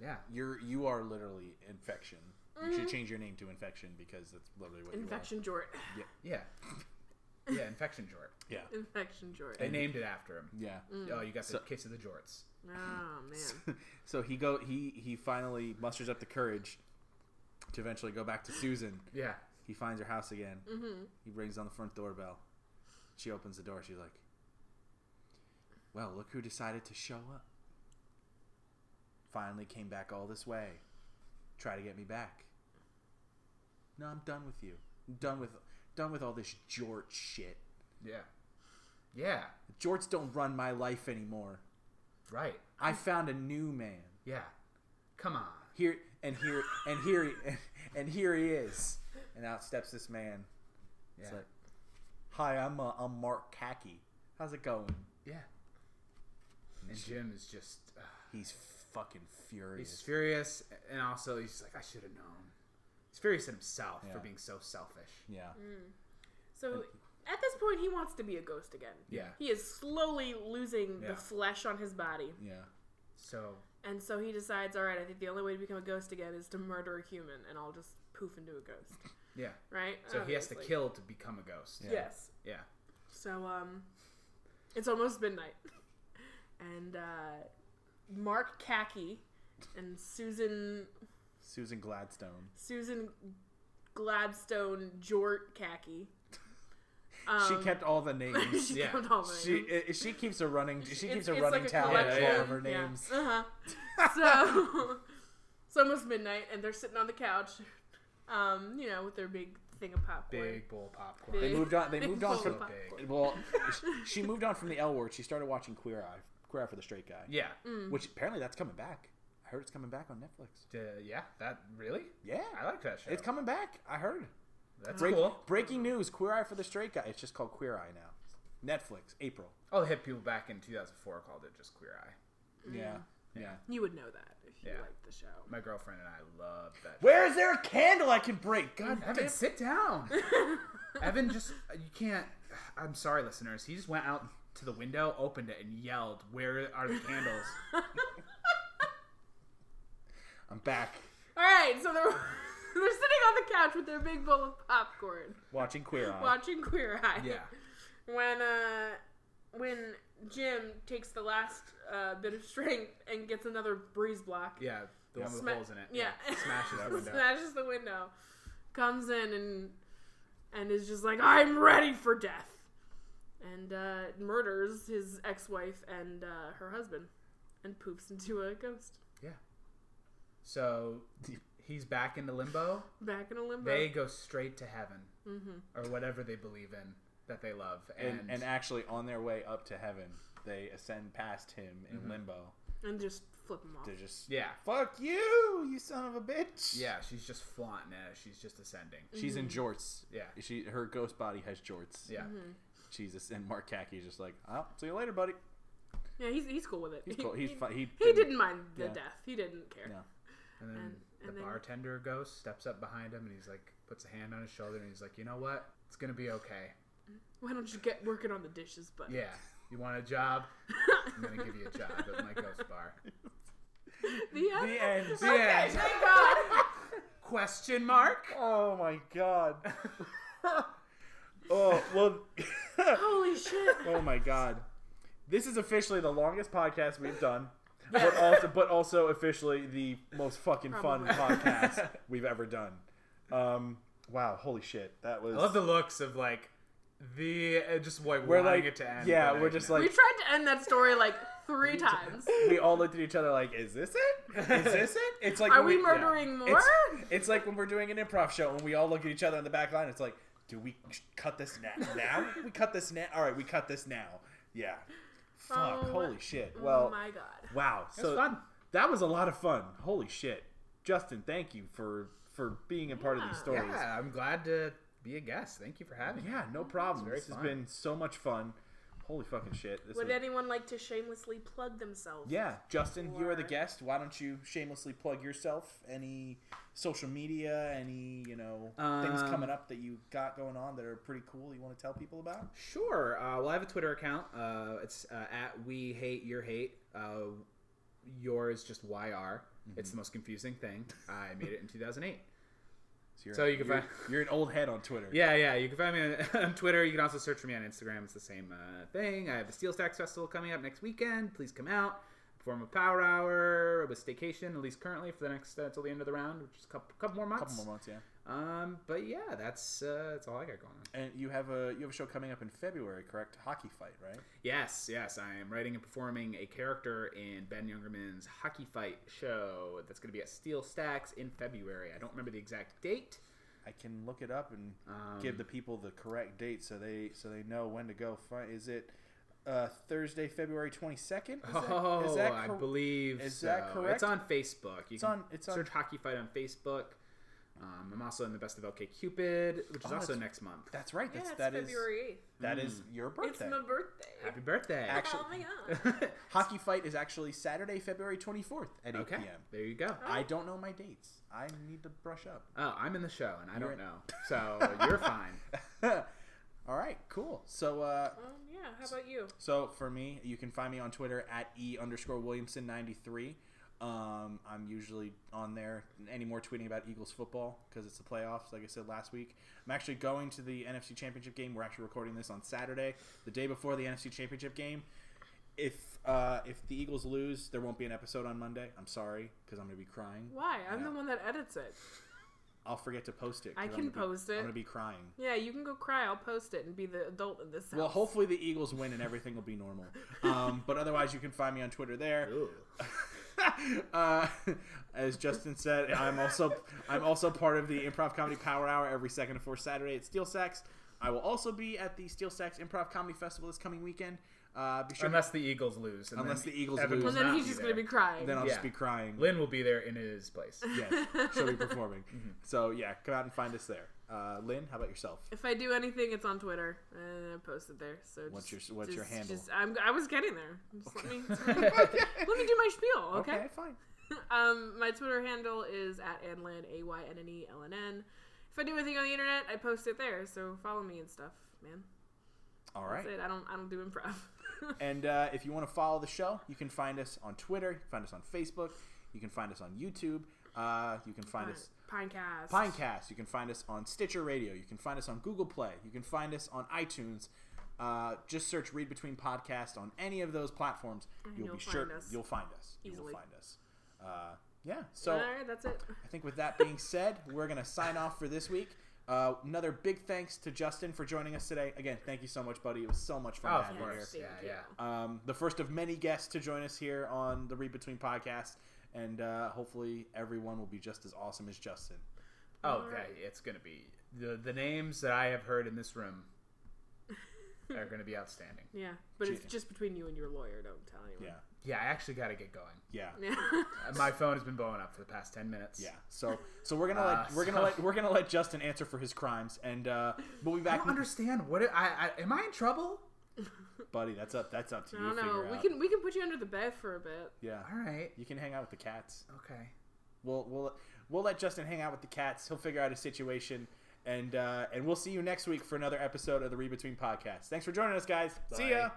Speaker 3: yeah.
Speaker 1: You're you are literally infection. You should change your name to infection because that's literally what
Speaker 2: Mm-hmm. Infection jort.
Speaker 3: Yeah. Yeah, infection jort.
Speaker 1: you are. Yeah.
Speaker 2: Infection jort.
Speaker 3: They named it after him.
Speaker 1: Yeah.
Speaker 2: Mm.
Speaker 3: Oh, you got the
Speaker 1: So-
Speaker 3: case of the jorts.
Speaker 2: Oh man.
Speaker 1: so he go he he finally musters up the courage to eventually go back to Susan.
Speaker 3: Yeah.
Speaker 1: He finds her house again. He rings on the front doorbell. She opens the door. She's like, "Well, look who decided to show up. Finally came back all this way. Try to get me back. No, I'm done with you. I'm done with done with all this jort shit.
Speaker 3: Yeah. Yeah.
Speaker 1: Jorts don't run my life anymore.
Speaker 3: Right.
Speaker 1: I found a new man."
Speaker 3: Yeah. Come on.
Speaker 1: here and here and here he, and, here he is and out steps this man
Speaker 3: Yeah.
Speaker 1: it's like hi i'm uh, i'm mark Kaki. how's it going
Speaker 3: yeah. And Jim is just uh,
Speaker 1: he's fucking furious
Speaker 3: he's furious and also he's like I should have known. He's furious at himself
Speaker 1: Yeah.
Speaker 3: for being so selfish.
Speaker 1: yeah
Speaker 2: So at this point, he wants to be a ghost again.
Speaker 3: Yeah.
Speaker 2: He is slowly losing
Speaker 3: Yeah.
Speaker 2: the flesh on his body.
Speaker 1: yeah
Speaker 3: So
Speaker 2: And so he decides, all right, I think the only way to become a ghost again is to murder a human and I'll just poof into a ghost.
Speaker 3: yeah.
Speaker 2: Right?
Speaker 3: So he has to
Speaker 2: Obviously.
Speaker 3: kill to become a ghost.
Speaker 1: Yeah.
Speaker 2: Yes.
Speaker 3: Yeah.
Speaker 2: So, um, it's almost midnight. And, uh, Mark Kaki and Susan,
Speaker 1: susan gladstone
Speaker 2: Susan Gladstone Jort Kaki. um,
Speaker 1: she kept all the names
Speaker 2: she
Speaker 3: yeah.
Speaker 2: kept all my
Speaker 1: she
Speaker 2: names.
Speaker 1: i she keeps a running she
Speaker 2: It's-
Speaker 1: keeps a
Speaker 2: it's
Speaker 1: running
Speaker 2: like a
Speaker 1: tally of all
Speaker 3: collection,
Speaker 1: of her
Speaker 2: yeah.
Speaker 1: names
Speaker 2: Uh-huh. so It's almost midnight, and they're sitting on the couch, um, you know, with their big thing of popcorn.
Speaker 3: Big bowl popcorn.
Speaker 1: They
Speaker 2: Big.
Speaker 1: moved on. They
Speaker 2: Big
Speaker 1: moved on
Speaker 2: bowl
Speaker 1: from.
Speaker 2: of popcorn.
Speaker 1: Well, sh- she moved on from the L word. She started watching Queer Eye, Queer Eye for the Straight Guy,
Speaker 3: Yeah.
Speaker 1: which apparently that's coming back. I heard it's coming back on Netflix.
Speaker 3: Uh, yeah. That really?
Speaker 1: Yeah,
Speaker 3: I like that show.
Speaker 1: it's coming back. I heard.
Speaker 3: That's
Speaker 1: Break,
Speaker 3: cool.
Speaker 1: Breaking news: Queer Eye for the Straight Guy. It's just called Queer Eye now. Netflix, April.
Speaker 3: Oh, the hip people back in 2004 called it just Queer Eye.
Speaker 2: Mm.
Speaker 1: Yeah, yeah.
Speaker 2: You would know that if you
Speaker 3: Yeah.
Speaker 2: liked the show.
Speaker 3: My girlfriend and I loved that.
Speaker 1: Where is there a candle I can break? God,
Speaker 3: Evan, sit down. Evan just you can't I'm sorry listeners. He just went out to the window, opened it and yelled, "Where are the candles?"
Speaker 1: I'm back
Speaker 2: All right, so they're they're sitting on the couch with their big bowl of popcorn,
Speaker 1: watching Queer Eye.
Speaker 2: watching Queer Eye.
Speaker 3: yeah.
Speaker 2: When uh, when Jim takes the last uh, bit of strength and gets another breeze block.
Speaker 3: Yeah, the one with
Speaker 2: Sma-
Speaker 3: holes in it.
Speaker 2: Yeah.
Speaker 3: Smashes that window.
Speaker 2: Smashes the window. Comes in and and is just like, I'm ready for death. And uh, murders his ex wife and uh, her husband and poops into a ghost.
Speaker 3: Yeah. So he's back into limbo.
Speaker 2: Back in a limbo.
Speaker 3: They go straight to heaven
Speaker 2: Mm-hmm.
Speaker 3: or whatever they believe in that they love. And,
Speaker 1: and, and actually, on their way up to heaven, they ascend past him in limbo.
Speaker 2: and just flip him off.
Speaker 1: They're just
Speaker 3: yeah.
Speaker 1: Fuck you, you son of a bitch.
Speaker 3: Yeah, she's just flaunting it. She's just ascending.
Speaker 1: She's in
Speaker 2: Mm-hmm.
Speaker 1: jorts.
Speaker 3: Yeah.
Speaker 1: She her ghost body has jorts.
Speaker 3: Yeah.
Speaker 1: She's just, and Mark Kaki is just like, oh, see you later, buddy.
Speaker 2: Yeah, he's, he's cool with it.
Speaker 1: He's cool. He's
Speaker 2: he,
Speaker 1: fine. He,
Speaker 2: he didn't mind the
Speaker 1: yeah.
Speaker 2: death. He didn't care.
Speaker 1: No.
Speaker 3: And then
Speaker 2: And-
Speaker 3: the
Speaker 2: and then-
Speaker 3: bartender ghost steps up behind him and he's like, puts a hand on his shoulder and he's like, you know what? It's going to be okay.
Speaker 2: Why don't you get working on the dishes, but
Speaker 3: Yeah. You want a job? I'm going to give you a job at my ghost bar.
Speaker 2: the end.
Speaker 1: The end.
Speaker 3: The end.
Speaker 2: Thank God.
Speaker 3: Question mark?
Speaker 1: Oh my god. oh well.
Speaker 2: Holy shit.
Speaker 1: oh my god. This is officially the longest podcast we've done. But also, but also officially the most fucking
Speaker 2: Probably.
Speaker 1: fun podcast we've ever done. Um, wow, holy shit, that was.
Speaker 3: I love the looks of like the uh, just like
Speaker 1: We're
Speaker 3: wanting
Speaker 1: like-
Speaker 3: it to end.
Speaker 1: yeah,
Speaker 3: but,
Speaker 1: we're just like-
Speaker 2: We tried to end that story like three times. Oh
Speaker 1: we all looked at each other like, "Is this it? Is this it?" It's like
Speaker 2: Are
Speaker 1: when
Speaker 2: we murdering more?
Speaker 1: It's, it's like when we're doing an improv show and we all look at each other on the back line. It's like, "Do we cut this na- now? we cut this now. All right, we cut this now. Yeah. Fuck.
Speaker 2: Oh,
Speaker 1: holy shit.
Speaker 2: Oh
Speaker 1: Well,
Speaker 2: my god.
Speaker 1: wow.
Speaker 3: It's
Speaker 1: So
Speaker 3: fun.
Speaker 1: that was a lot of fun. Holy shit, Justin. Thank you for for being a part of these
Speaker 2: Yeah.
Speaker 1: stories. Yeah,
Speaker 3: Yeah, I'm glad to be a guest. Thank you for having me.
Speaker 1: no problem.
Speaker 3: very
Speaker 1: This has
Speaker 3: fun.
Speaker 1: been so much fun. Holy fucking shit. This
Speaker 2: Would
Speaker 1: was-
Speaker 2: anyone like to shamelessly plug themselves?
Speaker 1: Yeah, Justin, you are the
Speaker 2: Or-
Speaker 1: guest. Why don't you shamelessly plug yourself? Any social media? Any you know things
Speaker 3: Um,
Speaker 1: coming up that you got going on that are pretty cool? You want to tell people about?
Speaker 3: Sure. Uh, well, I have a Twitter account. Uh, it's uh, at We Hate Your Hate. Uh, yours just YR. It's the most confusing thing. I made it in 2008.
Speaker 1: you're,
Speaker 3: So you can
Speaker 1: you're-
Speaker 3: find-
Speaker 1: you're an old head on Twitter.
Speaker 3: Yeah, yeah. You can find me on, on Twitter. You can also search for me on Instagram. It's the same uh, thing. I have the Steel Stacks Festival coming up next weekend. Please come out. Perform a Power Hour with Staycation, at least currently for the next uh, till the end of the round, which is a couple, couple more
Speaker 1: a
Speaker 3: months.
Speaker 1: couple more months. Yeah,
Speaker 3: Um, but yeah, that's uh, that's all I got going on.
Speaker 1: and you have a you have a show coming up in February, correct? Hockey fight, right?
Speaker 3: Yes, yes, I am writing and performing a character in Ben Youngerman's Hockey Fight show that's going to be at Steel Stacks in February. I don't remember the exact date.
Speaker 1: I can look it up and
Speaker 3: Um,
Speaker 1: give the people the correct date so they so they know when to go. Find is it uh, Thursday, February twenty second?
Speaker 3: Oh, I believe
Speaker 1: is
Speaker 3: so.
Speaker 1: that correct?
Speaker 3: It's on Facebook. You
Speaker 1: It's
Speaker 3: can
Speaker 1: on- it's on-
Speaker 3: search Hockey Fight on Facebook. Um, I'm also in the Best of LK Cupid, which is
Speaker 1: Oh,
Speaker 3: also
Speaker 1: that's-
Speaker 3: next month.
Speaker 1: That's right.
Speaker 2: Yeah,
Speaker 1: That's,
Speaker 2: it's
Speaker 1: that is
Speaker 2: February
Speaker 1: that is
Speaker 3: Mm.
Speaker 1: your
Speaker 2: 8th.
Speaker 1: birthday.
Speaker 2: It's my birthday.
Speaker 3: Happy birthday!
Speaker 1: Act-
Speaker 2: oh my god.
Speaker 1: Hockey Fight is actually Saturday, February 24th at 8
Speaker 3: okay,
Speaker 1: p.m.
Speaker 3: there you go.
Speaker 1: I don't know my dates. I need to brush up.
Speaker 3: Oh, I'm in the show and I
Speaker 1: You're
Speaker 3: don't
Speaker 1: in-
Speaker 3: know, so you're fine.
Speaker 1: All right, cool. So, uh,
Speaker 2: Um, yeah, how about you?
Speaker 1: so for me, you can find me on Twitter at e underscore Williamson ninety three. Um, I'm usually on there anymore tweeting about Eagles football because it's the playoffs. Like I said last week, I'm actually going to the NFC Championship game. We're actually recording this on Saturday, the day before the NFC Championship game. If uh, if the Eagles lose, there won't be an episode on Monday. I'm sorry because I'm gonna be crying.
Speaker 2: Why? I'm
Speaker 1: Yeah.
Speaker 2: the one that edits it.
Speaker 1: I'll forget to post it. 'cause
Speaker 2: I
Speaker 1: I'm
Speaker 2: can
Speaker 1: gonna be-
Speaker 2: post it.
Speaker 1: I'm gonna be crying.
Speaker 2: Yeah, you can go cry. I'll post it and be the adult in this house.
Speaker 1: Well, hopefully the Eagles win and everything will be normal. Um, but otherwise, you can find me on Twitter there.
Speaker 3: Ooh.
Speaker 1: uh, as Justin said, I'm also I'm also part of the Improv Comedy Power Hour every second and fourth Saturday at Steel Sacks. I will also be at the Steel Sacks Improv Comedy Festival this coming weekend. Uh, be sure
Speaker 3: Unless the Eagles lose. and
Speaker 1: Unless
Speaker 3: then
Speaker 1: the Eagles lose. Mm.
Speaker 3: Evan will
Speaker 2: and then
Speaker 3: not
Speaker 2: he's just going to
Speaker 3: there.
Speaker 2: be crying.
Speaker 1: then I'll
Speaker 3: yeah.
Speaker 1: just be crying.
Speaker 3: Lynn will be there in his place. Oh,
Speaker 1: yes, she'll be performing.
Speaker 3: Mm-hmm.
Speaker 1: So yeah, come out and find us there. Uh, Lynn, how about yourself?
Speaker 2: if I do anything, it's on Twitter and I post it there. So
Speaker 1: What's
Speaker 2: just-
Speaker 1: your- what's your
Speaker 2: just-
Speaker 1: handle?
Speaker 2: Just, I'm, I was getting there. Just let, me, let me do my spiel, okay?
Speaker 1: fine.
Speaker 2: um, my Twitter handle is at anlin a y n n e l n n. If I do anything on the internet, I post it there. So follow me and stuff, man.
Speaker 1: All right.
Speaker 2: That's it. I don't I don't do improv.
Speaker 1: And uh, if you want to follow the show, you can find us on Twitter, you can find us on Facebook, you can find us on YouTube, uh, you can find us
Speaker 2: Pinecast.
Speaker 1: Pinecast, you can find us on Stitcher Radio, you can find us on Google Play, you can find us on iTunes. Uh, just search "Read Between Podcast" on any of those platforms.
Speaker 2: And
Speaker 1: You'll,
Speaker 2: you'll
Speaker 1: be sure
Speaker 2: find us.
Speaker 1: you'll find us. You will
Speaker 2: Easily.
Speaker 1: find us. Uh, yeah. So.
Speaker 2: All right, that's it.
Speaker 1: I think with that being said, we're going to sign off for this week. Uh, another big thanks to Justin for joining us today. Again, thank you so much, buddy. It was so much fun
Speaker 3: Oh,
Speaker 1: to
Speaker 3: of
Speaker 1: have you here.
Speaker 3: course.
Speaker 2: Thank
Speaker 3: Yeah,
Speaker 2: you.
Speaker 3: yeah.
Speaker 1: Um, the first of many guests to join us here on the Read Between podcast. And uh, hopefully, everyone will be just as awesome as Justin.
Speaker 3: Oh,
Speaker 2: All
Speaker 3: okay.
Speaker 2: right.
Speaker 3: It's gonna be the the names that I have heard in this room are gonna be outstanding.
Speaker 2: Yeah, but
Speaker 1: Gee.
Speaker 2: it's just between you and your lawyer. Don't tell anyone.
Speaker 1: Yeah.
Speaker 3: Yeah, I actually gotta get going.
Speaker 1: Yeah.
Speaker 2: Yeah.
Speaker 3: Uh, My phone has been blowing up for the past ten minutes.
Speaker 1: Yeah. So, so we're gonna let
Speaker 2: Ah,
Speaker 3: Uh,
Speaker 1: we're gonna
Speaker 3: so-
Speaker 1: let we're gonna let Justin answer for his crimes, and uh, we'll be
Speaker 3: I
Speaker 1: back,
Speaker 3: don't understand what it, I, I am I in trouble?
Speaker 1: buddy. That's up. That's up to
Speaker 2: I
Speaker 1: you. to
Speaker 2: don't know.
Speaker 1: figure
Speaker 2: We
Speaker 1: out.
Speaker 2: can we can put you under the bed for a bit.
Speaker 1: Yeah.
Speaker 3: All right.
Speaker 1: You can hang out with the cats.
Speaker 3: Okay.
Speaker 1: We'll we'll we'll let Justin hang out with the cats. He'll figure out his situation, and uh, and we'll see you next week for another episode of the Read Between podcast. Thanks for joining us, guys. See
Speaker 3: Bye.
Speaker 1: ya.